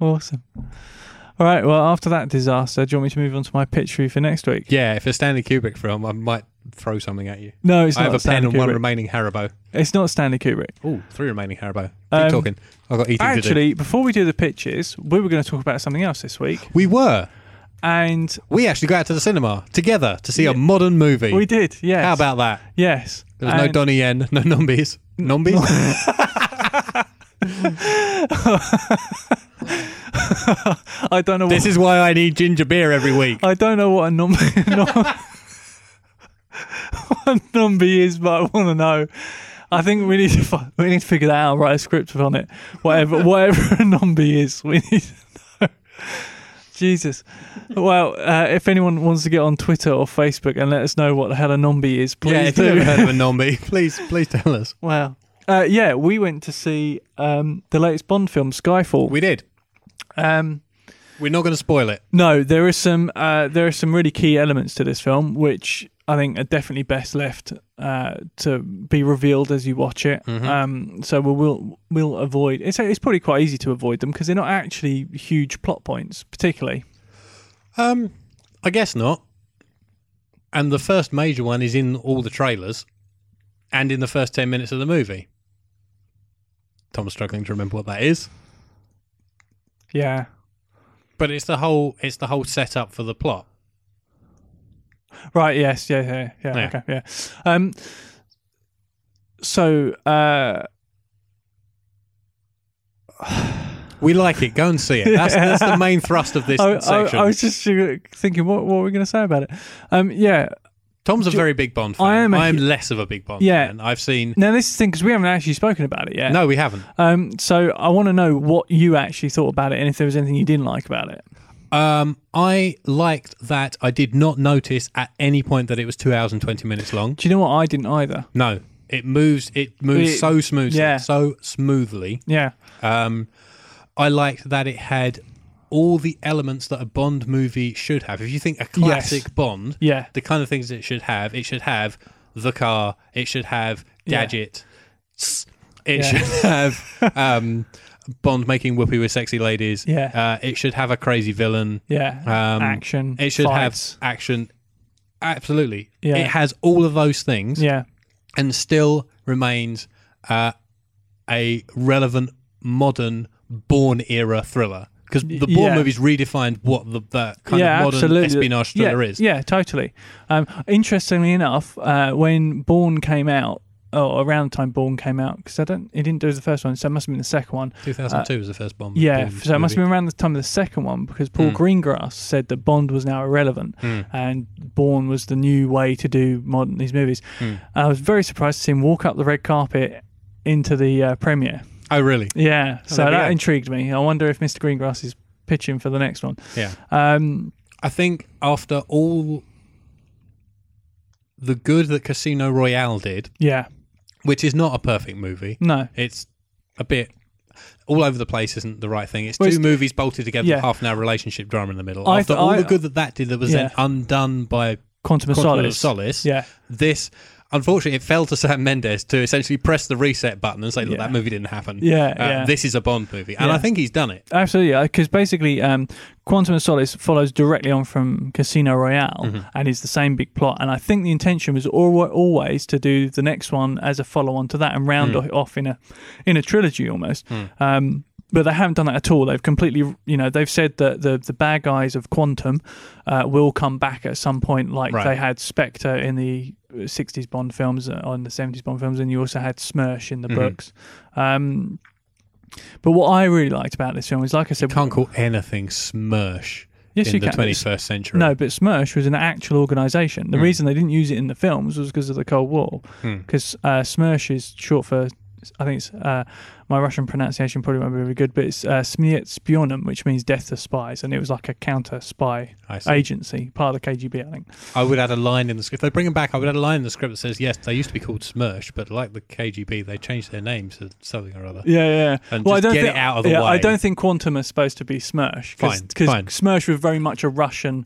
S2: Awesome. All right. Well, after that disaster, do you want me to move on to my pitch for you for next week?
S1: Yeah, if it's Stanley Kubrick film, I might throw something at you.
S2: No, it's
S1: I
S2: not
S1: have a pen
S2: Stanley
S1: and one
S2: Kubrick.
S1: remaining Haribo.
S2: It's not Stanley Kubrick.
S1: Ooh, three remaining Haribo. Keep
S2: Um,
S1: talking. I've got eating to do.
S2: Actually, before we do the pitches, we were going to talk about something else this week,
S1: We were.
S2: and
S1: We actually go out to the cinema together to see a
S2: Yeah.
S1: modern movie.
S2: we did. Yes.
S1: How about that?
S2: yes?
S1: There was no
S2: And-
S1: Donnie Yen, no Nombies. Nombies?
S2: I don't know. What,
S1: this is why I need ginger beer every week.
S2: I don't know what a number. what number is, but I want to know. I think we need to fi- we need to figure that out. Write a script on it. Whatever whatever a number is, we need to know. Jesus. Well, uh, if anyone wants to get on Twitter or Facebook and let us know what the hell a number is, please
S1: yeah, if
S2: do.
S1: you've ever heard of a Nombi, please, please tell us.
S2: Wow. Uh, yeah, we went to see um, the latest Bond film, Skyfall.
S1: We did.
S2: um,
S1: We're not going to spoil it.
S2: no, there are some uh, there are some really key elements to this film, which I think are definitely best left uh, to be revealed as you watch it. Um, so we will we'll avoid. It's it's probably quite easy to avoid them because they're not actually huge plot points, particularly.
S1: Um, I guess not. And the first major one is in all the trailers, and in the first ten minutes of the movie. Tom's struggling to remember what that is,
S2: Yeah.
S1: but it's the whole it's the whole setup for the plot.
S2: Right. Yes. Yeah. Yeah. Yeah.
S1: Yeah.
S2: Okay. Yeah. Um. So. Uh,
S1: We like it. Go and see it. That's, that's the main thrust of this
S2: I, I,
S1: section.
S2: I was just thinking, what what were we going to say about it? Um, yeah,
S1: Tom's a very big Bond fan.
S2: I
S1: I
S2: am
S1: am,
S2: a hu-
S1: less of a big Bond
S2: Yeah.
S1: fan. I've seen.
S2: Now this is the thing because we haven't actually spoken about it yet.
S1: No, we haven't.
S2: Um. So I want to know what you actually thought about it, and if there was anything you didn't like about it.
S1: Um, I liked that I did not notice at any point that it was two hours and 20 minutes long.
S2: Do you know what I didn't either?
S1: No, it moves. It moves
S2: It-
S1: so smoothly.
S2: yeah.
S1: So smoothly.
S2: Yeah.
S1: Um, I liked that it had all the elements that a Bond movie should have. If you think a classic Bond,
S2: Yeah.
S1: the kind of things it should have, it should have the car, it should have
S2: Yeah.
S1: gadget, s- it
S2: Yeah.
S1: should have um, Bond making whoopee with sexy ladies.
S2: Yeah.
S1: uh, it should have a crazy villain.
S2: Yeah.
S1: Um,
S2: Action.
S1: It should
S2: fights.
S1: have action. Absolutely,
S2: Yeah.
S1: it has all of those things
S2: Yeah.
S1: and still remains uh, a relevant modern born era thriller because the Bourne
S2: yeah.
S1: movies redefined what the, the kind
S2: yeah,
S1: of modern
S2: absolutely.
S1: espionage thriller
S2: yeah,
S1: is.
S2: Yeah, totally. Um, interestingly enough, uh, when Born came out, or around the time Born came out, because I don't, it didn't do the first one, so it must have been the second one.
S1: 2002 was the first Bond.
S2: Yeah,
S1: Bourne
S2: so it must have
S1: movie.
S2: been around the time of the second one because Paul Greengrass said that Bond was now irrelevant
S1: Hmm.
S2: and Bourne was the new way to do modern
S1: Hmm.
S2: these movies. And I was very surprised to see him walk up the red carpet into the uh, premiere.
S1: Oh, really?
S2: Yeah, so
S1: there we
S2: that
S1: go.
S2: intrigued me. I wonder if Mr. Greengrass is pitching for the next one.
S1: Yeah.
S2: Um,
S1: I think after all the good that Casino Royale did,
S2: yeah,
S1: which is not a perfect movie,
S2: no,
S1: it's a bit all over the place isn't the right thing. It's
S2: Well,
S1: two
S2: it's-
S1: movies bolted together
S2: yeah.
S1: with half an hour relationship drama in the middle.
S2: I
S1: after
S2: th-
S1: all
S2: I-
S1: the good that that did that was then
S2: Yeah.
S1: undone by
S2: Quantum of
S1: Quantum of
S2: Solace.
S1: Solace,
S2: Yeah,
S1: this unfortunately it fell to Sam Mendes to essentially press the reset button and say, look,
S2: Yeah.
S1: that movie didn't happen.
S2: Yeah,
S1: Uh,
S2: yeah.
S1: This is a Bond movie. And
S2: Yeah.
S1: I think he's done it.
S2: absolutely. Because basically, um, Quantum of Solace follows directly on from Casino Royale and is the same big plot. And I think the intention was al- always to do the next one as a follow on to that and round it off in a in a trilogy almost. Um, but they haven't done that at all. They've completely, you know, they've said that the the bad guys of Quantum uh, will come back at some point, like
S1: Right.
S2: they had Spectre in the 60s Bond films, uh, on the 70s Bond films, and you also had Smirsh in the books. Um, but what I really liked about this film is, like I said,
S1: Can't call anything smirsh
S2: Yes,
S1: in
S2: you
S1: the
S2: can.
S1: twenty first century. Hmm.
S2: no, but Smirsh was an actual organisation. The reason they didn't use it in the films was because of the Cold War, because uh, Smirsh is short for. I think it's uh, my Russian pronunciation probably won't be very good, but it's uh, Smiet Spionum, which means death to spies, and it was like a counter spy
S1: I see.
S2: agency, part of the KGB, I think.
S1: I would add a line in the script. If they bring them back, I would add a line in the script that says, yes, they used to be called Smirsh, but like the KGB, they changed their name to something or other.
S2: Yeah, yeah.
S1: And just get it out of the
S2: yeah, I
S1: way.
S2: don't think Quantum is supposed to be Smirsh.
S1: Fine,
S2: Because
S1: fine.
S2: Smirsh was very much a Russian.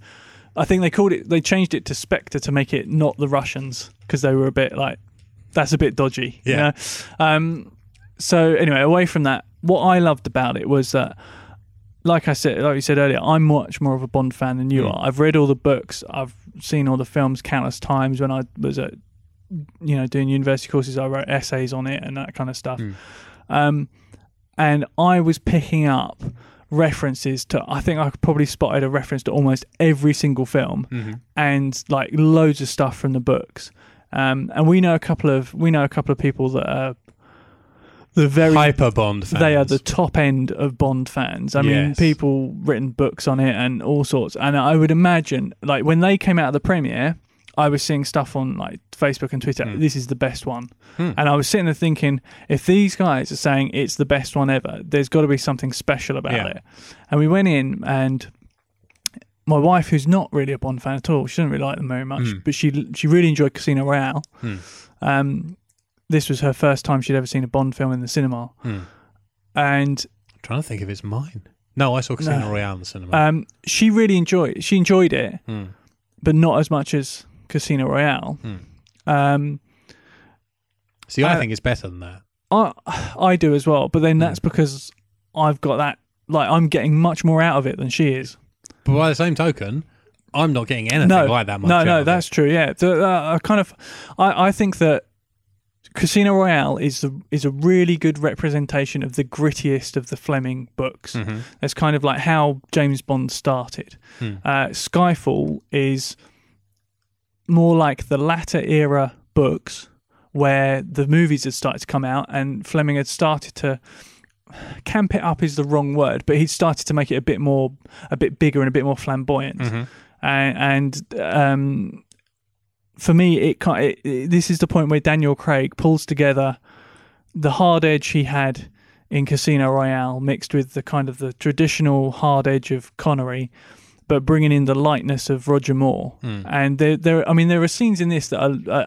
S2: I think they called it. They changed it to Spectre to make it not the Russians because they were a bit like, that's a bit dodgy. you
S1: Yeah.
S2: know? Um. So anyway, away from that, what I loved about it was that. Like I said, like you said earlier, I'm much more of a Bond fan than you
S1: Mm.
S2: are. I've read all the books, I've seen all the films countless times. When I was at, you know, doing university courses, I wrote essays on it and that kind of
S1: Mm.
S2: stuff um, and I was picking up references to. I think I probably spotted a reference to almost every single film, and like loads of stuff from the books. Um, and we know a couple of we know a couple of people that are the very
S1: Hyper Bond fans.
S2: they are the top end of Bond fans. I mean,
S1: Yes.
S2: people written books on it and all sorts. And I would imagine, like, when they came out of the premiere, I was seeing stuff on like Facebook and Twitter.
S1: Hmm.
S2: This is the best one, and I was sitting there thinking, if these guys are saying it's the best one ever, there's got to be something special about
S1: Yeah.
S2: it. And we went in, and my wife, who's not really a Bond fan at all, she doesn't really like them very much,
S1: Hmm.
S2: but she she really enjoyed Casino Royale. Um, this was her first time she'd ever seen a Bond film in the cinema, and
S1: I'm Hmm. trying to think if it's mine. No, I saw Casino Royale in the cinema. Hmm.
S2: um, she really enjoyed she enjoyed it, but not as much as Casino Royale. Um,
S1: See, I
S2: uh,
S1: think it's better than that.
S2: I I do as well, but then that's because I've got that like I'm getting much more out of it than she is.
S1: But by the same token, I'm not getting anything
S2: No,
S1: like that much.
S2: no,
S1: out
S2: no,
S1: of
S2: that's
S1: it.
S2: true. Yeah, The- uh, I kind of I, I think that Casino Royale is the is a really good representation of the grittiest of the Fleming books.
S1: Mm-hmm.
S2: That's kind of like how James Bond started.
S1: Hmm.
S2: Uh, Skyfall is more like the latter era books where the movies had started to come out and Fleming had started to camp it up is the wrong word, but he'd started to make it a bit more a bit bigger and a bit more flamboyant.
S1: Mm-hmm.
S2: And, and um, for me, it, ki- it, it this is the point where Daniel Craig pulls together the hard edge he had in Casino Royale, mixed with the kind of the traditional hard edge of Connery, but bringing in the lightness of Roger Moore. And there, there, I mean, there are scenes in this that are. Uh,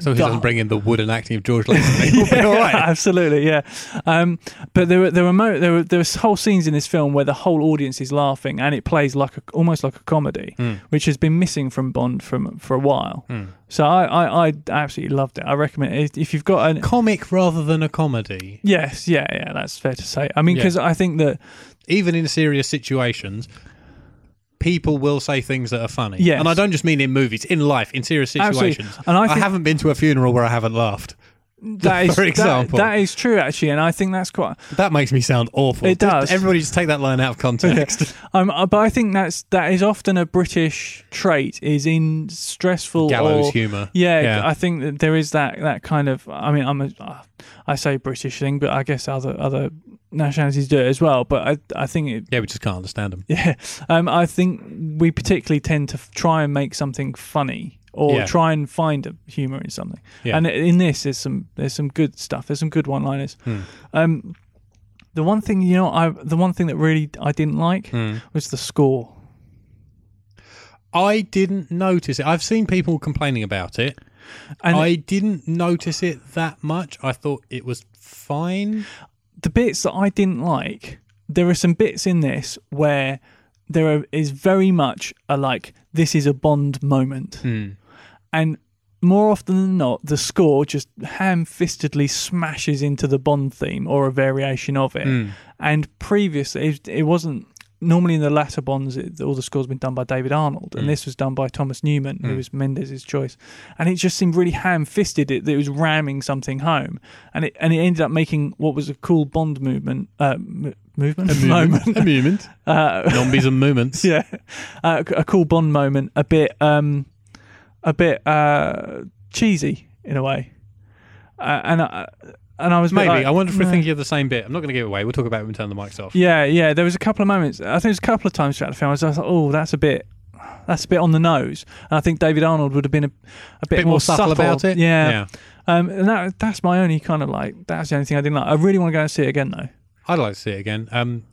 S1: So he
S2: dark.
S1: doesn't bring in the wooden acting of George Lazenby. We'll be all right.
S2: Absolutely, yeah. Um, but there were there were mo- there were there were whole scenes in this film where the whole audience is laughing and it plays like a, almost like a comedy,
S1: Hmm.
S2: which has been missing from Bond from for a while. So I, I I absolutely loved it. I recommend it. if you've got an
S1: Comic rather than a comedy.
S2: yes, yeah, yeah, that's fair to say. I mean,
S1: Yeah.
S2: because I think that
S1: Even in serious situations, people will say things that are funny.
S2: Yes.
S1: And I don't just mean in movies, in life, in serious
S2: Absolutely.
S1: situations.
S2: And I
S1: I,
S2: think-
S1: haven't been to a funeral where I haven't laughed.
S2: that is
S1: For
S2: that-
S1: example.
S2: that is true actually, and I think that's quite.
S1: That makes me sound awful.
S2: It
S1: Just-
S2: does.
S1: everybody just take that line out of context.
S2: Um, uh, but I think that's that is often a British trait is in stressful
S1: Gallows
S2: or-
S1: humour.
S2: Yeah,
S1: Yeah.
S2: I think that there is that that kind of. I mean, I'm a, uh, I say British thing, but I guess other other nationalities do it as well. But I I think it.
S1: yeah, we just can't understand them.
S2: Yeah, um, I think we particularly tend to f- try and make something funny or
S1: Yeah.
S2: try and find a humour in something.
S1: Yeah. Hmm.
S2: And in this, there's some there's some good stuff. There's some good one-liners. Um, The one thing you know, I the one thing that really I didn't like
S1: Hmm.
S2: was the score.
S1: I didn't notice it. I've seen people complaining about it.
S2: And
S1: I didn't notice it that much. I thought it was fine.
S2: the bits that I didn't like, there are some bits in this where there are, is very much a like this is a Bond moment, and more often than not, the score just ham-fistedly smashes into the Bond theme or a variation of it. And previously, it, it wasn't. Normally, in the latter Bonds, it, all the score's been done by David Arnold, and this was done by Thomas Newman, who was Mendez's choice. And it just seemed really ham-fisted. It, it was ramming something home, and it and it ended up making what was a cool Bond movement, uh, m- movement, moment,
S1: A moment.
S2: uh,
S1: Zombies and moments.
S2: yeah, uh, a cool Bond moment, a bit, um, a bit uh, cheesy in a way, uh, and I, and I was a bit
S1: Maybe.
S2: like,
S1: I wonder if we're
S2: "Nah."
S1: thinking of the same bit. I'm not going to give it away. We'll talk about it when we turn the mics off.
S2: Yeah, yeah. There was a couple of moments. I think there's a couple of times throughout the film. I was like, oh, that's a bit. That's a bit on the nose, and I think David Arnold would have been a, a bit,
S1: bit more subtle about it.
S2: Yeah, Um, and that that's my only kind of like that's the only thing I didn't like. I really want to go and see it again though.
S1: I'd like to see it again. Um,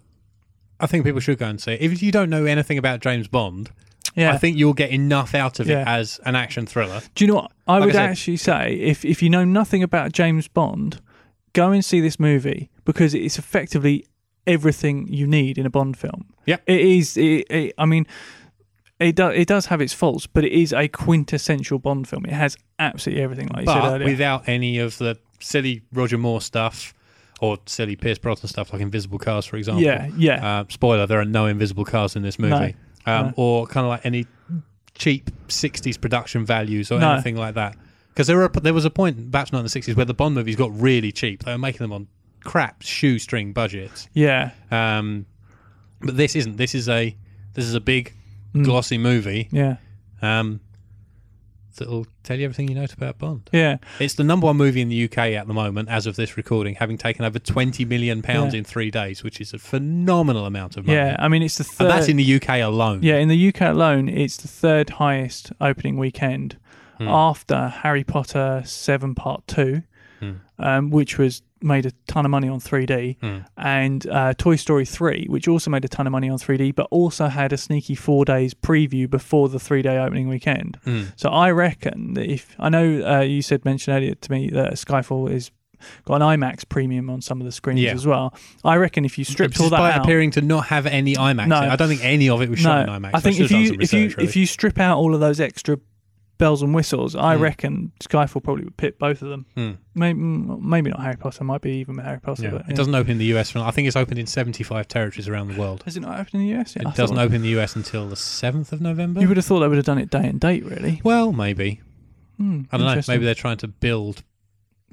S1: I think people should go and see it. If you don't know anything about James Bond,
S2: Yeah,
S1: I think you'll get enough out of
S2: Yeah.
S1: it as an action thriller.
S2: Do you know what I
S1: Like I
S2: would
S1: said-
S2: actually say if if you know nothing about James Bond, go and see this movie because it's effectively everything you need in a Bond film.
S1: Yep.
S2: it is. It, it, I mean, it does it does have its faults, but it is a quintessential Bond film. It has absolutely everything, like you said
S1: but
S2: earlier.
S1: without any of the silly Roger Moore stuff or silly Pierce Brosnan stuff like Invisible Cars, for example.
S2: yeah, yeah,
S1: Uh, spoiler: there are no invisible cars in this movie, um,
S2: no.
S1: or kind of like any cheap '60s production values or
S2: No.
S1: anything like that. Because there were there was a point back in the '60s where the Bond movies got really cheap. They were making them on crap shoestring budgets.
S2: yeah,
S1: Um, but this isn't. This is a this is a big
S2: Mm.
S1: glossy movie
S2: yeah,
S1: um, that'll tell you everything you know about Bond.
S2: yeah.
S1: It's the number one movie in the UK at the moment, as of this recording, having taken over twenty million pounds
S2: Yeah.
S1: in three days, which is a phenomenal amount of money.
S2: Yeah, I mean, it's the third.
S1: And Uh, that's in the UK alone.
S2: Yeah, in the UK alone, it's the third highest opening weekend
S1: Hmm.
S2: after Harry Potter 7 Part 2,
S1: Hmm.
S2: um, which was made a ton of money on 3D,
S1: Hmm.
S2: and uh, Toy Story 3, which also made a ton of money on 3D, but also had a sneaky four days preview before the three day opening weekend.
S1: Hmm.
S2: So I reckon that if I know uh, you said mentioned earlier to me that Skyfall is got an IMAX premium on some of the screens
S1: Yeah.
S2: as well. I reckon if you stripped all
S1: Just
S2: that
S1: by
S2: out,
S1: appearing to not have any IMAX.
S2: No.
S1: in it. I don't think any of it was shot in IMAX.
S2: I think
S1: should have
S2: if
S1: done
S2: you
S1: some
S2: if you
S1: research, really.
S2: if you strip out all of those extra bells and whistles, I
S1: Hmm.
S2: reckon Skyfall probably would pit both of them. Maybe maybe not Harry Potter. Might be even Harry Potter.
S1: Yeah.
S2: But, yeah.
S1: it doesn't open in the US. for- I think it's opened in 75 territories around the world.
S2: Has it not opened in the US? yet?
S1: It
S2: I
S1: doesn't
S2: thought-
S1: open in the US until the 7th of November.
S2: You would have thought they would have done it day and date, really.
S1: well, maybe.
S2: Hmm,
S1: I don't know.
S2: interesting.
S1: Maybe they're trying to build.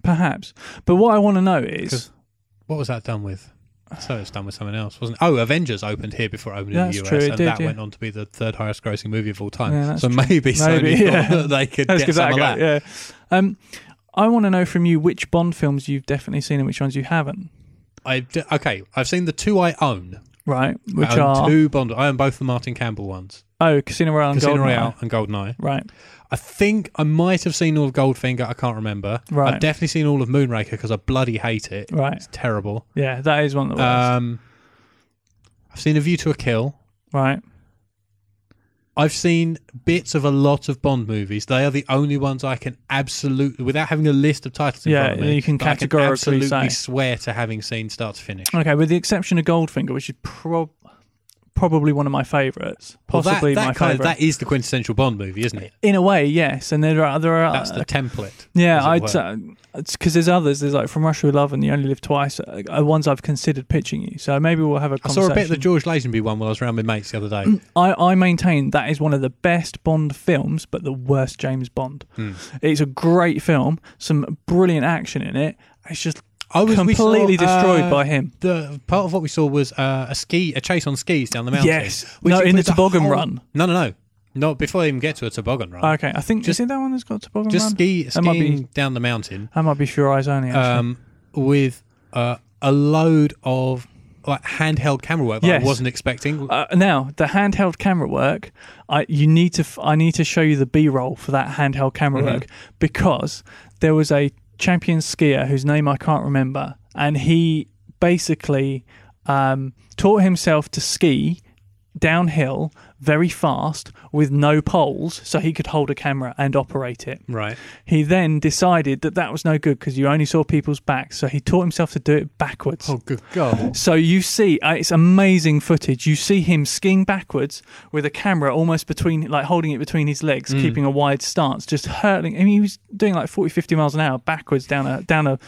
S2: perhaps. But what I want to know is
S1: 'Cause- What was that done with? So it's done with something else, wasn't it? Oh, Avengers opened here before it opened
S2: That's
S1: in the US,
S2: true, it
S1: and
S2: did,
S1: that
S2: yeah.
S1: went on to be the third highest grossing movie of all time.
S2: Yeah, that's
S1: so
S2: true.
S1: maybe, Sony
S2: Maybe, yeah.
S1: thought that they could
S2: let's
S1: get
S2: give
S1: some
S2: that a
S1: of that.
S2: go. Yeah. Um, I want to know from you which Bond films you've definitely seen and which ones you haven't.
S1: I d- okay, I've seen the two I own.
S2: Right, which
S1: I own
S2: are
S1: Um, two Bond. I own both the Martin Campbell ones.
S2: oh, Casino Royale and
S1: Casino
S2: Goldeneye.
S1: Royale and Goldeneye.
S2: Right,
S1: I think I might have seen all of Goldfinger. I can't remember.
S2: Right.
S1: I've definitely seen all of Moonraker because I bloody hate it.
S2: Right.
S1: It's terrible.
S2: yeah, that is one of the worst.
S1: Um, I've seen A View to a Kill.
S2: right,
S1: I've seen bits of a lot of Bond movies. They are the only ones I can absolutely, without having a list of titles in
S2: Yeah,
S1: front of me,
S2: you can
S1: that I
S2: categorically say.
S1: absolutely swear to having seen start to finish.
S2: Okay, with the exception of Goldfinger, which is prob- probably one of my favourites,
S1: Well, that-
S2: possibly
S1: that
S2: my
S1: kind of-
S2: favourite.
S1: that is the quintessential Bond movie, isn't it?
S2: In a way, yes, and there are there are
S1: That's the template.
S2: yeah, I'd
S1: as it were.
S2: say because there's others. There's like From Russia with Love and You Only Live Twice. uh, Are ones I've considered pitching you. So maybe we'll have a
S1: I saw
S2: conversation.
S1: a bit of the George Lazenby one while I was around with mates the other day.
S2: I, I maintain that is one of the best Bond films, but the worst James Bond.
S1: Hmm.
S2: It's a great film, some brilliant action in it. It's just
S1: I was we saw,
S2: completely destroyed
S1: uh,
S2: by him.
S1: The part of what we saw was uh, a ski, a chase on skis down the mountain.
S2: Yes. No, in the
S1: includes a
S2: toboggan run.
S1: No, no, no, no. Before they even get to a toboggan run,
S2: Okay, I think is it that one that's got toboggan
S1: just
S2: run?
S1: ski
S2: That might be-
S1: skiing down the mountain
S2: That might be for your eyes only. Actually.
S1: um, with uh, a load of like handheld camera work that
S2: Yes.
S1: I wasn't expecting.
S2: Uh, now the handheld camera work, I you need to f- I need to show you the B roll for that handheld camera work because there was a champion skier whose name I can't remember, and he basically um, taught himself to ski downhill very fast with no poles so he could hold a camera and operate it.
S1: Right.
S2: He then decided that that was no good because you only saw people's backs, so he taught himself to do it backwards.
S1: Oh, good God.
S2: So you see, uh, it's amazing footage. You see him skiing backwards with a camera almost between, like holding it between his legs, keeping a wide stance, just hurtling. I mean, he was doing like 40, 50 miles an hour backwards down a, down a,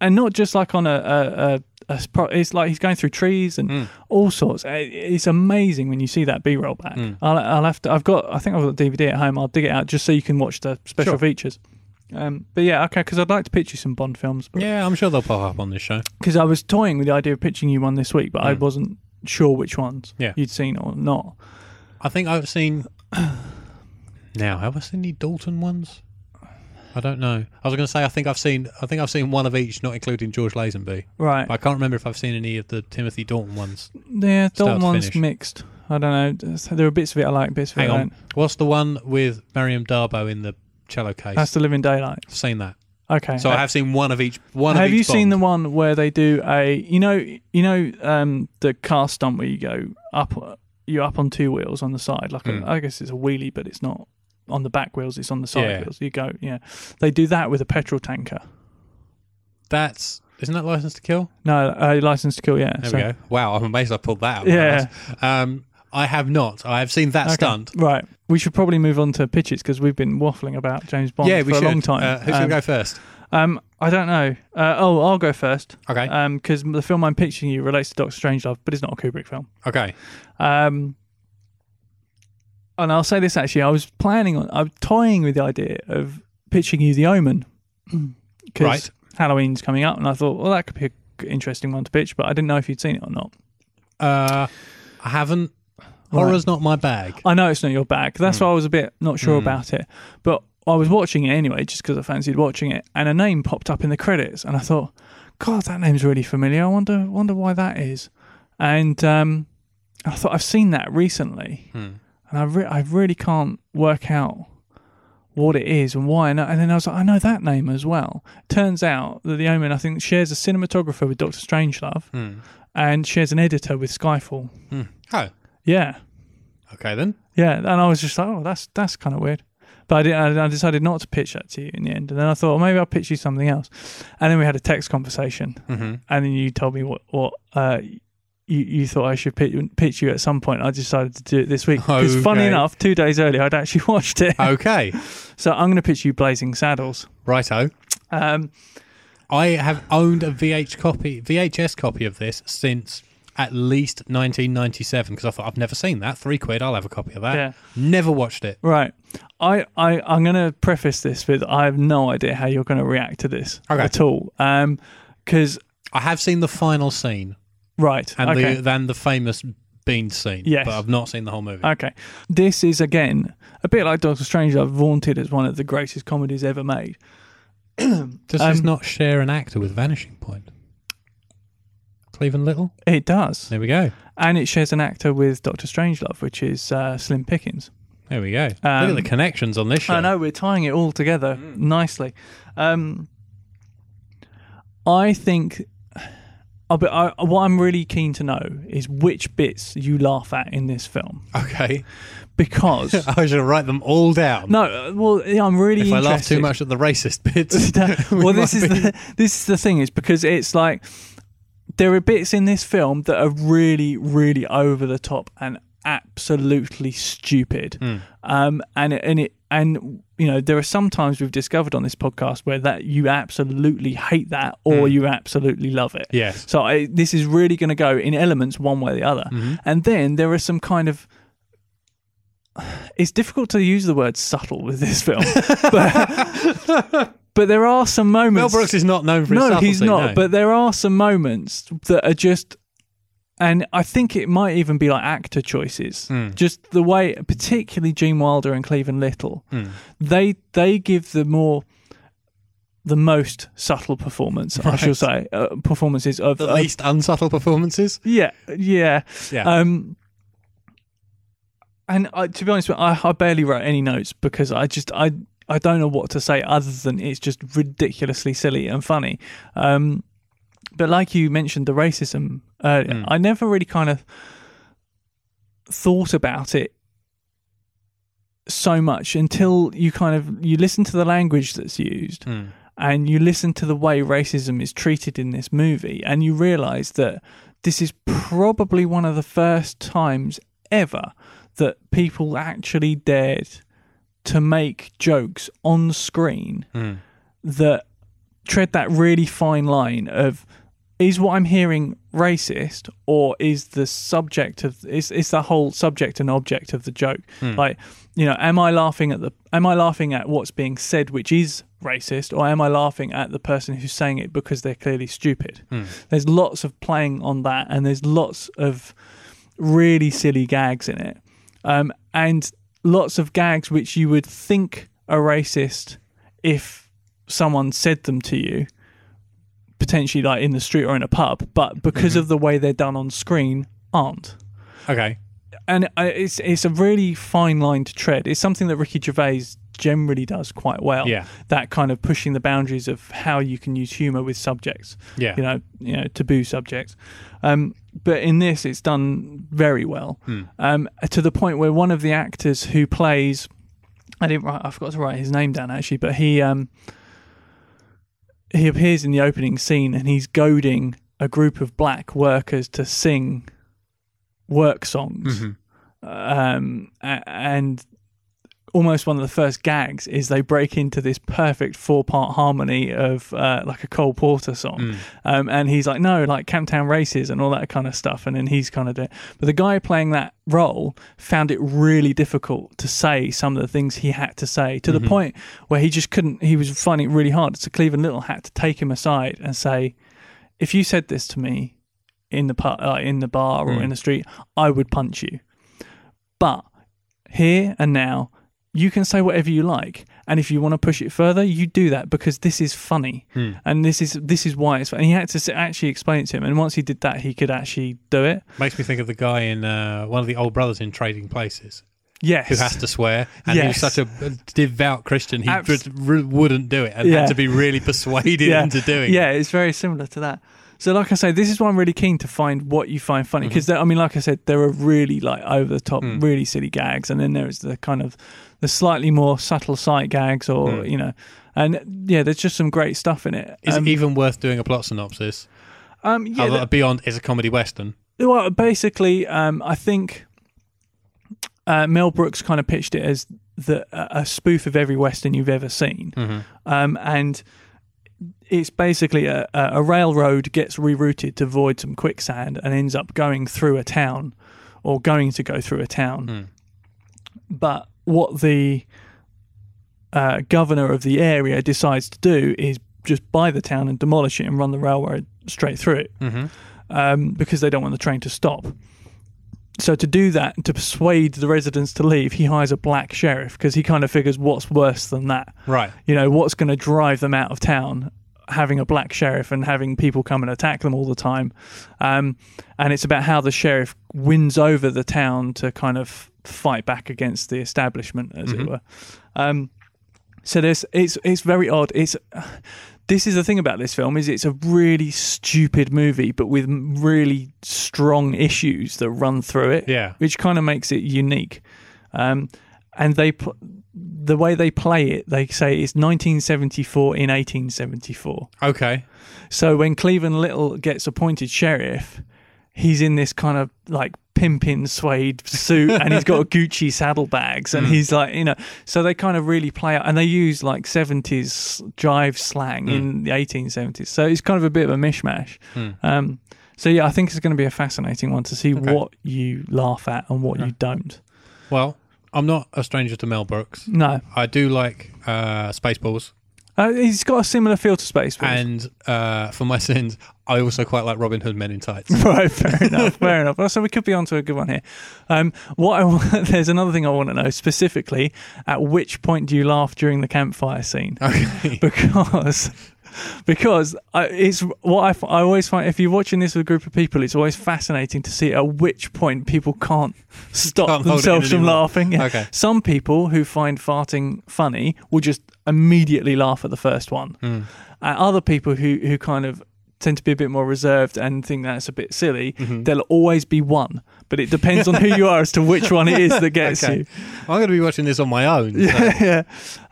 S2: and not just like on a, a, a, a pro- it's like he's going through trees and all sorts. Uh, It's amazing when you see that B-roll back. I'll, I'll have to, I've got, I think I've got the DVD at home. I'll dig it out just so you can watch the special
S1: Sure.
S2: features. Um, but yeah, okay, because I'd like to pitch you some Bond films. But
S1: Yeah, I'm sure they'll pop up on this show.
S2: because I was toying with the idea of pitching you one this week, but I
S1: Mm.
S2: wasn't sure which ones
S1: Yeah.
S2: you'd seen or not.
S1: I think I've seen. now, have I seen the Dalton ones? I don't know. I was going to say I think I've seen I think I've seen one of each, not including George Lazenby.
S2: Right.
S1: But I can't remember if I've seen any of the Timothy Dalton ones.
S2: yeah,
S1: start
S2: Dalton
S1: to
S2: one's
S1: finish.
S2: mixed. I don't know. So There are bits of it I like, bits of
S1: Hang
S2: it I
S1: on,
S2: don't.
S1: what's the one with Miriam Darbo in the cello case?
S2: That's the Living Daylight.
S1: I've seen that.
S2: Okay.
S1: So I have seen one of each. One
S2: Have
S1: of
S2: you
S1: each
S2: seen the
S1: Bond.
S2: one where they do a you know you know um the car stunt where you go up you up on two wheels on the side like
S1: Mm.
S2: a, I guess it's a wheelie but it's not on the back wheels it's on the side
S1: Yeah.
S2: wheels you go yeah they do that with a petrol tanker
S1: That's isn't that License to Kill?
S2: no uh, license to kill yeah
S1: There
S2: so-
S1: we go. Wow, I'm amazed I pulled that. Out
S2: Yeah.
S1: Of my ass. um, I have not. I have seen that
S2: Okay,
S1: stunt.
S2: Right. We should probably move on to pitches because we've been waffling about James Bond
S1: yeah,
S2: for
S1: we
S2: a
S1: should.
S2: long time.
S1: Uh, who's gonna
S2: um,
S1: go first?
S2: um, I don't know. Uh, oh, I'll go first.
S1: Okay.
S2: Because the film I'm pitching you relates to Doctor Strangelove, but it's not a Kubrick film.
S1: okay.
S2: Um, and I'll say this actually, I was planning on, I'm toying with the idea of pitching you The Omen because
S1: Right.
S2: Halloween's coming up, and I thought, well, that could be an interesting one to pitch, but I didn't know if you'd seen it or not.
S1: Uh, I haven't. Horror's not my bag.
S2: I know it's not your bag. That's why I was a bit not sure about it. But I was watching it anyway, just because I fancied watching it, and a name popped up in the credits, and I thought, God, that name's really familiar. I wonder, wonder why that is. And um, I thought I've seen that recently, and I, re- I really can't work out what it is and why. And, I- and then I was like, I know that name as well. Turns out that The Omen, I think, shares a cinematographer with Doctor Strangelove, and shares an editor with Skyfall.
S1: Oh,
S2: Yeah.
S1: okay then.
S2: Yeah, and I was just like, oh, that's that's kind of weird. But I, didn't, I, I decided not to pitch that to you in the end. And then I thought, well, maybe I'll pitch you something else. And then we had a text conversation.
S1: Mhm.
S2: And then you told me what, what uh, you, you thought I should pitch, pitch you at some point. I decided to do it this week. Because, funny
S1: Okay. Ah.
S2: enough, two days earlier, I'd actually watched it.
S1: Okay,
S2: So I'm going to pitch you Blazing Saddles.
S1: righto.
S2: Um,
S1: I have owned a VH copy, VHS copy of this since at least 1997 because I thought I've never seen that. Three quid, I'll have a copy of that.
S2: Yeah.
S1: Never watched it.
S2: Right. I, I, I'm going to preface this with I have no idea how you're going to react to this
S1: Okay.
S2: at all. Um, Because,
S1: I have seen the final scene
S2: right.
S1: and
S2: okay.
S1: the then the famous bean scene.
S2: Yes. Uh,
S1: but I've not seen the whole movie.
S2: Okay. This is, again, a bit like Doctor Strange, I've vaunted as one of the greatest comedies ever made.
S1: Does this
S2: um,
S1: not share an actor with Vanishing Point? Cleveland Little.
S2: It does.
S1: There we go.
S2: And it shares an actor with Doctor Strangelove, which is uh, Slim Pickens.
S1: There we go. Look at the connections on this show.
S2: Um, I know, we're tying it all together
S1: Mm.
S2: nicely. Um, I think. I'll be, I, what I'm really keen to know is which bits you laugh at in this film,
S1: Okay,
S2: because
S1: I should write them all down.
S2: no, uh, well, I'm really.
S1: if I
S2: interested.
S1: laugh too much at the racist bits, we
S2: well,
S1: might
S2: this is
S1: be-
S2: the, this is the thing is because it's like there are bits in this film that are really, really over the top and absolutely stupid.
S1: Hmm.
S2: Um, and it- and it and you know there are some times we've discovered on this podcast where that you absolutely hate that
S1: Hmm.
S2: or you absolutely love it.
S1: Yes.
S2: So I, this is really going to go in elements one way or the other.
S1: Mm-hmm.
S2: And then there are some kind of it's difficult to use the word subtle with this film, but, but there are some
S1: Mel
S2: moments.
S1: Brooks is not known for his
S2: no,
S1: subtlety,
S2: he's not.
S1: no.
S2: But there are some moments that are just, and I think it might even be like actor choices.
S1: Hmm.
S2: Just the way, particularly Gene Wilder and Cleveland Little,
S1: Hmm.
S2: they they give the more. The most subtle performance, I shall say, uh, performances of,
S1: the
S2: of
S1: least unsubtle performances.
S2: yeah, yeah.
S1: Yeah.
S2: Um, and I, to be honest, with you, I, I barely wrote any notes because I just I I don't know what to say other than it's just ridiculously silly and funny. Um, But like you mentioned, the racism, uh, I never really kind of thought about it so much until you kind of you listen to the language that's used and you listen to the way racism is treated in this movie and you realize that this is probably one of the first times ever that people actually dared to make jokes on screen that tread that really fine line of is what I'm hearing racist or is the subject of is is the whole subject and object of the joke like you know am I laughing at the am I laughing at what's being said which is racist or am I laughing at the person who's saying it because they're clearly stupid there's lots of playing on that and there's lots of really silly gags in it um, and lots of gags which you would think are racist if someone said them to you potentially like in the street or in a pub but because of the way they're done on screen aren't
S1: Okay.
S2: and I- it's it's a really fine line to tread it's something that Ricky Gervais generally does quite well
S1: Yeah.
S2: that kind of pushing the boundaries of how you can use humor with subjects
S1: Yeah.
S2: you know you know taboo subjects um but in this it's done very well um to the point where one of the actors who plays I didn't write I forgot to write his name down actually but he um he appears in the opening scene and he's goading a group of black workers to sing work songs um a- and almost one of the first gags is they break into this perfect four part harmony of uh, like a Cole Porter song. Um, and he's like, no, like Camptown Races and all that kind of stuff. And then he's kind of doing But the guy playing that role found it really difficult to say some of the things he had to say to the point where he just couldn't, he was finding it really hard. So Cleveland Little had to take him aside and say, if you said this to me in the, pu- uh, in the bar or in the street, I would punch you. But here and now, you can say whatever you like. And if you want to push it further, you do that because this is funny,
S1: Hmm.
S2: and this is this is why it's funny. And he had to s- actually explain it to him, and once he did that, he could actually do it.
S1: Makes me think of the guy in uh, one of the old brothers in Trading Places
S2: Yes,
S1: who has to swear, and
S2: Yes.
S1: he's such a devout Christian, he
S2: Abs-
S1: just re- wouldn't do it, and
S2: Yeah.
S1: had to be really persuaded into doing. it.
S2: Yeah, it's very similar to that. So, like I say, this is why I'm really keen to find what you find
S1: Mm-hmm.
S2: funny because I mean, like I said, there are really like over the top,
S1: Hmm.
S2: really silly gags, and then there is the kind of the slightly more subtle sight gags, or you know, and yeah, there's just some great stuff in it.
S1: Hmm. Is
S2: um,
S1: it even worth doing a plot synopsis?
S2: um, yeah,
S1: Other-
S2: that-
S1: beyond is a comedy western.
S2: Well, basically, um, I think uh, Mel Brooks kind of pitched it as the a a spoof of every western you've ever seen, um, and it's basically a, a a railroad gets rerouted to avoid some quicksand and ends up going through a town or going to go through a town. But what the uh, governor of the area decides to do is just buy the town and demolish it and run the railroad straight through it um, because they don't want the train to stop. So to do that, to persuade the residents to leave, he hires a black sheriff because he kind of figures what's worse than that.
S1: Right.
S2: You know, what's going to drive them out of town? Having a black sheriff and having people come and attack them all the time. Um, and it's about how the sheriff wins over the town to kind of fight back against the establishment, as it were. Um, so there's it's it's very odd. It's this is the thing about this film is it's a really stupid movie, but with m- really strong issues that run through it.
S1: Yeah.
S2: which kind of makes it unique. Um, and they pl- the way they play it, they say it's 1974 in 1874.
S1: Okay.
S2: So when Cleveland Little gets appointed sheriff, he's in this kind of like pimping suede suit and he's got Gucci saddlebags and he's like, you know, so they kind of really play out and they use like 70s jive slang in the 1870s. So it's kind of a bit of a mishmash. Um, so yeah, I think it's going to be a fascinating one to see what you laugh at and what you don't.
S1: Well, I'm not a stranger to Mel Brooks.
S2: No,
S1: I do like uh, Spaceballs,
S2: uh, he's got a similar feel to Space Force.
S1: and uh, for my sins, I also quite like Robin Hood Men in Tights.
S2: Right, fair enough, fair enough. Well, So we could be onto a good one here. Um, what I want, there's another thing I want to know specifically. At which point do you laugh during the campfire scene?
S1: Okay.
S2: Because because I, it's what I, f- I always find if you're watching this with a group of people, it's always fascinating to see at which point people can't stop
S1: Can't hold it in
S2: themselves from
S1: anymore.
S2: laughing. Yeah.
S1: Okay.
S2: Some people who find farting Uh, funny will just immediately laugh at the first one. And other people who who kind of tend to be a bit more reserved and think that's a bit silly, there'll always be one. But it depends on who you are as to which one it is that gets
S1: Okay.
S2: you.
S1: I'm going to be watching this on my own. so-
S2: yeah.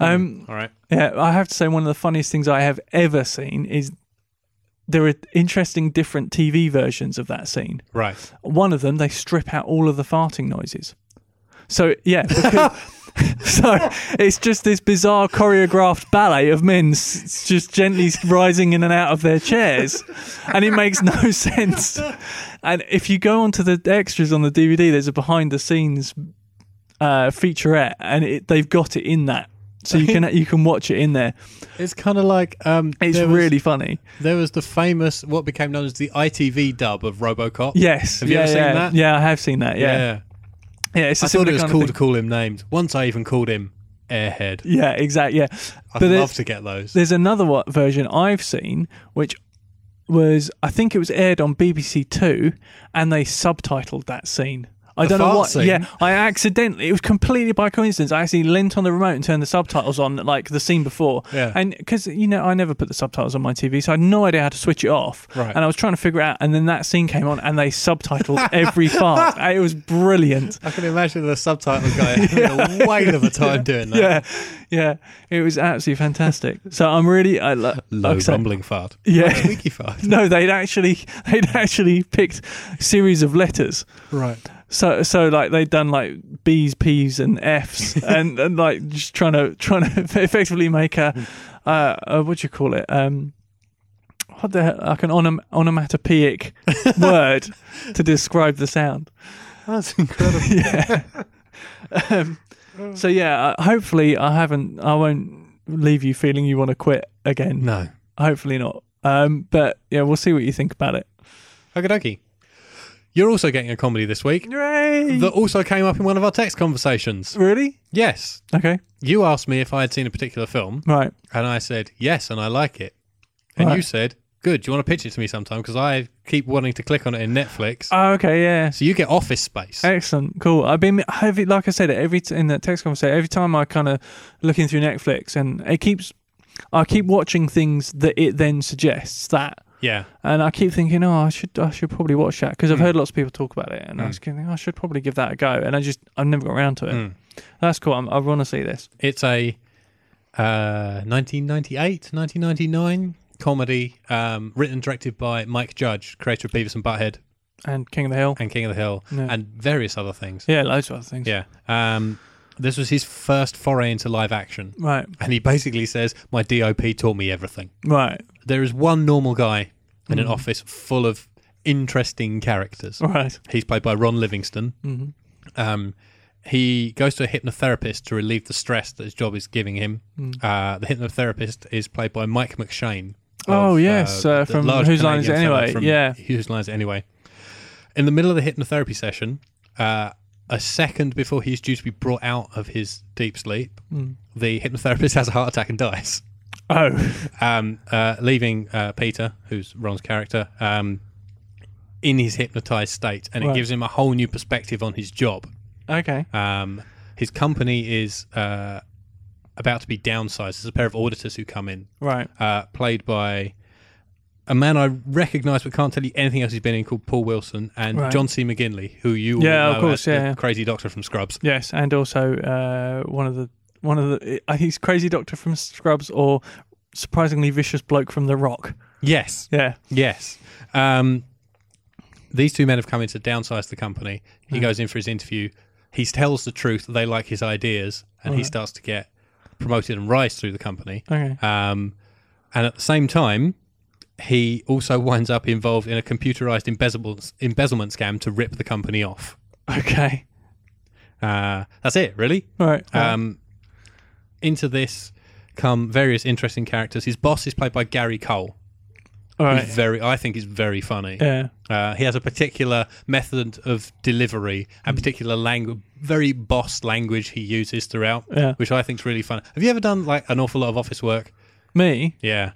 S2: Um,
S1: All right.
S2: yeah, I have to say one of the funniest things I have ever seen is there are interesting different TV versions of that scene.
S1: Right.
S2: One of them they strip out all of the farting noises. So yeah, because- so it's just this bizarre choreographed ballet of men s- s- just gently rising in and out of their chairs, and it makes no sense. And if you go onto the extras on the DVD, there's a behind the scenes uh, featurette, and it, they've got it in that. So you can you can watch it in there.
S1: It's kind of like um,
S2: It's
S1: there was-
S2: really funny.
S1: There was the famous, what became known as the ITV dub of RoboCop.
S2: Yes.
S1: Have you
S2: yeah,
S1: ever seen
S2: yeah.
S1: that?
S2: Yeah, I have seen that. Yeah. Yeah. it's a
S1: I thought
S2: similar
S1: it was
S2: kind of
S1: cool to
S2: thing.
S1: call him names. Once I even called him Airhead.
S2: Yeah, exactly. Yeah.
S1: I'd
S2: But it-
S1: love to get those.
S2: There's another wa- version I've seen, which was I think it was aired on BBC Two, and they subtitled that scene. I
S1: The
S2: don't know
S1: fart
S2: what.
S1: scene?
S2: Yeah, I accidentally. It was completely by coincidence. I actually leant on the remote and turned the subtitles on, like the scene before.
S1: Yeah.
S2: And because you know, I never put the subtitles on my TV, so I had no idea how to switch it off.
S1: Right.
S2: And I was trying to figure it out, and then that scene came on, and they subtitled every fart. It was brilliant.
S1: I can imagine the subtitle guy having a whale of a time doing that.
S2: Yeah, yeah, it was absolutely fantastic. so I'm really, I lo-
S1: Low
S2: like I said-
S1: rumbling fart.
S2: Yeah,
S1: Squeaky fart.
S2: No, they'd actually they'd actually picked series of letters.
S1: Right.
S2: So so like they'd done like B's, P's, and F's, and, and like just trying to trying to effectively make a, uh, a what do you call it? Um, what the hell, like an onom- onomatopoeic word to describe the sound.
S1: That's incredible.
S2: Yeah. um, so yeah, I- hopefully I haven't I won't leave you feeling you want to quit again.
S1: No.
S2: Hopefully not. Um, but yeah, we'll see what you think about it.
S1: Okie dokie. You're also getting a comedy this week
S2: Hooray!
S1: that also came up in one of our text conversations.
S2: really?
S1: Yes.
S2: Okay.
S1: You asked me if I had seen a particular film,
S2: Right.
S1: and I said, yes, and I like it. And you
S2: Right.
S1: said, good, do you want to pitch it to me sometime? Because I keep wanting to click on it in Netflix.
S2: Oh, okay. Yeah.
S1: so you get Office Space.
S2: Excellent. Cool. I've been heavy, like I said, every t- in the text conversation, every time I kind of looking through Netflix, and it keeps, I keep watching things that it then suggests that,
S1: yeah.
S2: and I keep thinking, oh, I should, I should probably watch that because I've heard lots of people talk about it, and I was thinking, I should probably give that a go, and I just, I've never got around to it. That's cool. I'm, I want to see this.
S1: It's a uh, 1998, 1999 comedy um, written and directed by Mike Judge, creator of Beavis and Butthead
S2: And King of the Hill.
S1: and King of the Hill
S2: Yeah.
S1: and various other things.
S2: Yeah, loads of other things.
S1: Yeah. Um, this was his first foray into live action.
S2: Right.
S1: And he basically says, My DOP taught me everything.
S2: Right.
S1: There is one normal guy in an office full of interesting characters.
S2: Right.
S1: He's played by Ron Livingston.
S2: Mm-hmm.
S1: Um, he goes to a hypnotherapist to relieve the stress that his job is giving him.
S2: Mm.
S1: Uh, the hypnotherapist is played by Mike McShane.
S2: Oh, yes, uh,
S1: the
S2: from
S1: large
S2: Whose Line Is It
S1: Canadian fella
S2: Anyway?
S1: From
S2: Yeah.
S1: Whose Line Is It Anyway? In the middle of the hypnotherapy session, uh, a second before he's due to be brought out of his deep sleep,
S2: Mm.
S1: the hypnotherapist has a heart attack and dies
S2: Oh.
S1: um, uh, leaving uh, Peter, who's Ron's character, um, in his hypnotized state, and it
S2: Right.
S1: gives him a whole new perspective on his job.
S2: okay.
S1: Um, his company is uh, about to be downsized. There's a pair of auditors who come in,
S2: Right.
S1: uh, played by a man I recognise but can't tell you anything else he's been in, called Paul Wilson, and
S2: Right.
S1: John C. McGinley, who you all
S2: Yeah, of
S1: know
S2: course,
S1: as the
S2: yeah, yeah.
S1: crazy doctor from Scrubs.
S2: Yes, and also uh, one of the one of the I think he's Crazy Doctor from Scrubs or surprisingly vicious bloke from The Rock.
S1: Yes,
S2: Yeah,
S1: Yes. Um, these two men have come in to downsize the company. He goes in for his interview. He tells the truth. They like his ideas, and he starts to get promoted and rise through the company.
S2: Okay.
S1: Um, and at the same time, he also winds up involved in a computerized embezzlement, embezzlement scam to rip the company off.
S2: okay,
S1: Uh, that's it, really.
S2: all right. Uh,
S1: Um, into this come various interesting characters. His boss is played by Gary Cole.
S2: all
S1: He's
S2: right.
S1: very, I think, is very funny.
S2: Yeah,
S1: Uh, he has a particular method of delivery
S2: Mm.
S1: and particular language, very boss language he uses throughout,
S2: Yeah.
S1: which I think is really fun. Have you ever done like an awful lot of office work?
S2: me.
S1: Yeah,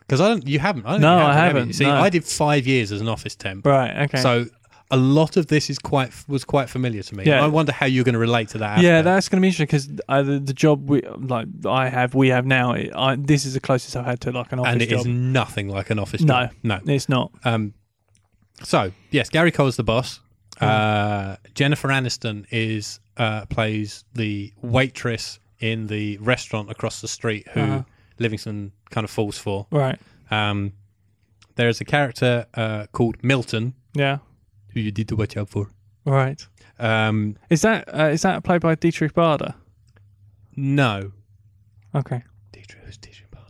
S1: because I don't. You haven't. I don't
S2: No,
S1: think you
S2: I
S1: have, have you?
S2: haven't,
S1: See,
S2: no.
S1: I did five years as an office temp,
S2: Right. Okay.
S1: so a lot of this is quite was quite familiar to me.
S2: Yeah.
S1: I wonder how you're going to relate to that.
S2: Yeah,
S1: aspect.
S2: that's going to be interesting because the, the job we like I have, we have now. It, I, this is the closest I've had to like an office
S1: and it
S2: job.
S1: is nothing like an office
S2: No.
S1: job. No,
S2: It's not.
S1: Um, so yes, Gary Cole's the boss. Uh, Jennifer Aniston is uh, plays the waitress in the restaurant across the street who
S2: Uh-huh.
S1: Livingston kind of falls for.
S2: Right.
S1: Um, there is a character uh, called Milton
S2: Yeah.
S1: who you need to watch out for.
S2: Right.
S1: Um,
S2: Is that uh, is that played by Dietrich Bader?
S1: no,
S2: Okay.
S1: Dietrich, who's Dietrich Bader?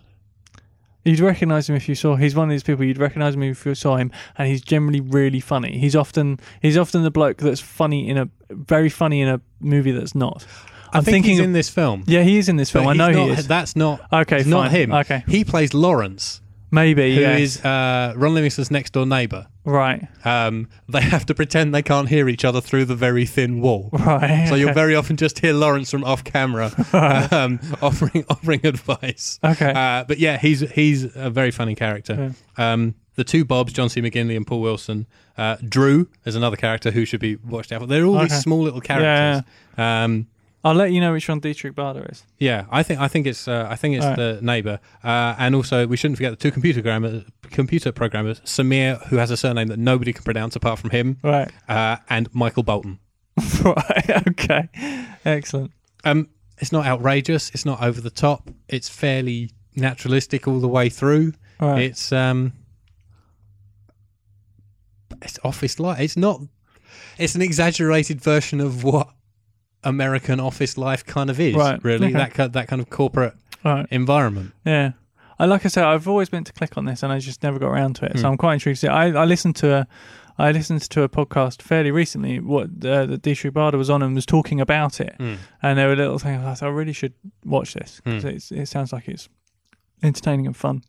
S2: You'd recognise him if you saw. He's one of these people you'd recognise him if you saw him, and he's generally really funny. He's often he's often the bloke that's funny in a very funny in a movie that's not.
S1: I
S2: I'm
S1: think
S2: thinking
S1: he's
S2: of-
S1: in this film.
S2: Yeah, he is in this
S1: but
S2: film. I
S1: he's
S2: know he
S1: not-
S2: is.
S1: That's not
S2: Okay,
S1: it's not
S2: fine.
S1: him.
S2: Okay,
S1: He plays Lawrence,
S2: maybe.
S1: who is
S2: yes.
S1: uh, Ron Livingston's next door neighbour.
S2: right?
S1: um, they have to pretend they can't hear each other through the very thin wall.
S2: Right.
S1: So you'll very often just hear Lawrence from off camera um, offering offering advice.
S2: Okay.
S1: Uh, but yeah, he's he's a very funny character. Um, the two Bobs, John C. McGinley and Paul Wilson. Uh, Drew is another character who should be watched out for. They're all
S2: Okay.
S1: these small little characters. Yeah. Um,
S2: I'll let you know which one Dietrich Bader is.
S1: yeah, I think I think it's uh, I think it's
S2: Alright.
S1: the neighbour, uh, and also we shouldn't forget the two computer grammar, computer programmers, Samir, who has a surname that nobody can pronounce apart from him,
S2: Right.
S1: uh, and Michael Bolton.
S2: right. Okay. Excellent.
S1: Um, it's not outrageous. It's not over the top. It's fairly naturalistic all the way through.
S2: Right.
S1: It's um, it's office life. It's not. It's an exaggerated version of what American office life kind of is.
S2: Right.
S1: Really,
S2: Okay.
S1: that ki- that kind of corporate
S2: right.
S1: environment.
S2: Yeah. I, like I said, I've always meant to click on this, and I just never got around to it.
S1: Hmm.
S2: So I'm quite intrigued. to see it. I, I listened to a, I listened to a podcast fairly recently. What uh, that Dietrich Bader was on and was talking about it,
S1: Hmm.
S2: and there were little things. I thought I really should watch this because it sounds like it's entertaining and fun.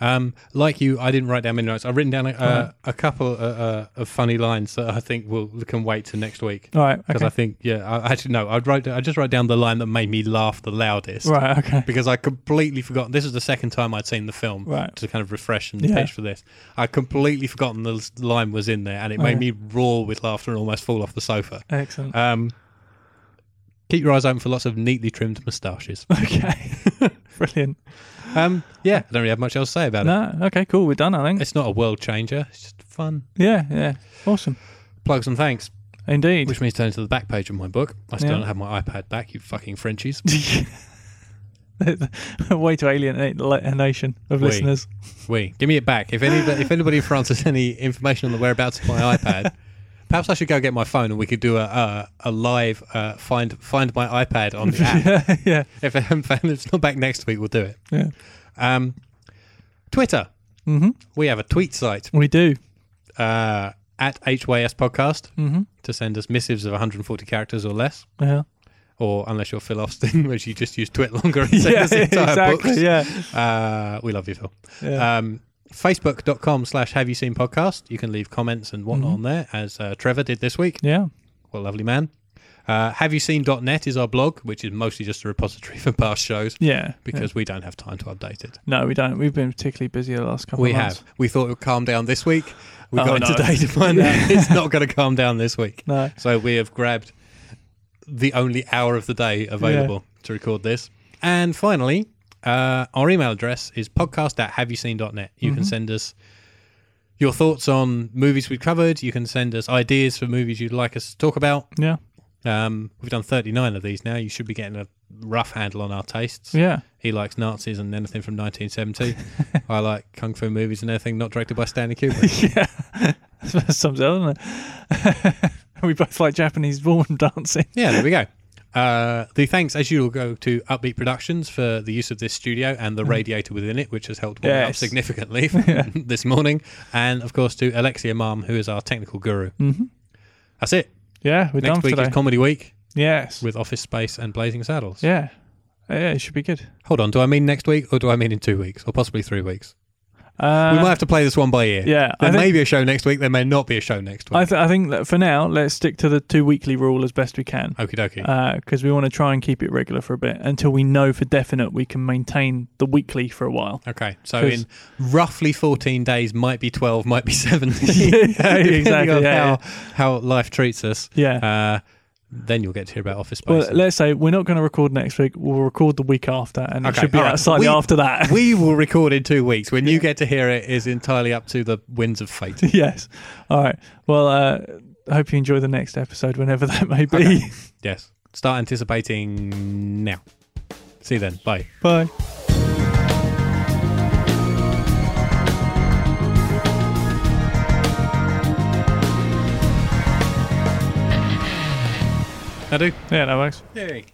S1: Um, like you, I didn't write down many notes. I've written down a, uh, a couple uh, uh, of funny lines that I think will can wait to next week.
S2: All right.
S1: Because
S2: Okay.
S1: I think, yeah, I, actually no, I wrote, I just wrote down the line that made me laugh the loudest.
S2: right. Okay.
S1: because I completely forgot. This is the second time I'd seen the film
S2: Right.
S1: to kind of refresh and
S2: Yeah.
S1: pitch for this. I completely forgotten the l- line was in there, and it made me
S2: Okay.
S1: roar with laughter and almost fall off the sofa.
S2: Excellent.
S1: Um, keep your eyes open for lots of neatly trimmed moustaches.
S2: okay. Brilliant.
S1: Um, yeah, I don't really have much else to say about it.
S2: No. Okay. Cool. We're done. I think.
S1: It's not a world changer. It's just fun.
S2: Yeah. Yeah. Awesome.
S1: Plugs and thanks,
S2: Indeed.
S1: which means turning to the back page of my book. I still
S2: Yeah.
S1: don't have my iPad back. You fucking Frenchies.
S2: way to alienate li- a nation of
S1: Way.
S2: listeners.
S1: We give me it back. If any, if anybody in France has any information on the whereabouts of my iPad, perhaps I should go get my phone and we could do a a, a live uh, find find my iPad on the app.
S2: yeah, yeah,
S1: if I haven't found it, it's not back next week, we'll do it.
S2: yeah.
S1: Um, Twitter.
S2: hmm
S1: We have a tweet site
S2: We do.
S1: uh, at HYS Podcast
S2: hmm
S1: to send us missives of 140 characters or less,
S2: Yeah,
S1: or unless you're Phil Austin, which you just use Twit longer and send
S2: yeah
S1: us entire
S2: exactly.
S1: books.
S2: Yeah,
S1: Uh, we love you, Phil.
S2: yeah.
S1: um, facebook.com slash have you seen podcast you can leave comments and whatnot on there as uh, trevor did this week
S2: yeah.
S1: what a lovely man uh, have you seen.net is our blog which is mostly just a repository for past shows
S2: yeah.
S1: because we don't have time to update it
S2: no, we don't. We've been particularly busy the last couple.
S1: we
S2: of
S1: have
S2: months.
S1: we thought it would calm down this week we
S2: Oh,
S1: got
S2: no.
S1: it today to find out it's not going to calm down this week
S2: No.
S1: so we have grabbed the only hour of the day available to record this and finally uh, our email address is podcast at haveyouseen.net you can send us your thoughts on movies we've covered. You can send us ideas for movies you'd like us to talk about.
S2: Yeah,
S1: Um, we've done 39 of these now. You should be getting a rough handle on our tastes.
S2: yeah.
S1: He likes Nazis and anything from 1970. I like kung fu movies and anything not directed by Stanley Kubrick.
S2: yeah. That sums it up, doesn't it? we both like Japanese ballroom dancing.
S1: yeah, there we go. Uh, the thanks, as usual, go to Upbeat Productions for the use of this studio and the radiator within it, which has helped warm it up
S2: Mm. Yes.
S1: significantly this morning. And of course, to Alexia Mom, who is our technical guru.
S2: Mhm.
S1: That's it.
S2: Yeah, we're done
S1: Next
S2: for
S1: week
S2: today.
S1: is Comedy Week.
S2: yes.
S1: with Office Space and Blazing Saddles.
S2: yeah. Yeah, it should be good.
S1: Hold on, do I mean next week or do I mean in two weeks or possibly three weeks?
S2: Uh,
S1: we might have to play this one by ear.
S2: yeah, I
S1: There
S2: think-
S1: may be a show next week. There may not be a show next
S2: I,
S1: week.
S2: th- I think that for now, let's stick to the two weekly rule as best we can.
S1: Okie dokie.
S2: because we want to try and keep it regular for a bit until we know for definite we can maintain the weekly for a while.
S1: okay. So
S2: 'cause-
S1: in roughly 14 days, might be 12, might be 17.
S2: Yeah,
S1: depending
S2: exactly,
S1: on
S2: yeah,
S1: how, how life treats us.
S2: Yeah.
S1: Uh, then you'll get to hear about Office Space.
S2: well, let's say we're not going to record next week. We'll record the week after, and it
S1: Okay,
S2: should be
S1: all right.
S2: out slightly
S1: We-
S2: after that.
S1: we will record in two weeks. When you get to hear it is entirely up to the winds of fate.
S2: yes. All right. Well, uh, I hope you enjoy the next episode, whenever that may be.
S1: Okay. Yes. Start anticipating now. See you then. Bye.
S2: Bye.
S1: I do.
S2: Yeah, that works.
S1: Yay.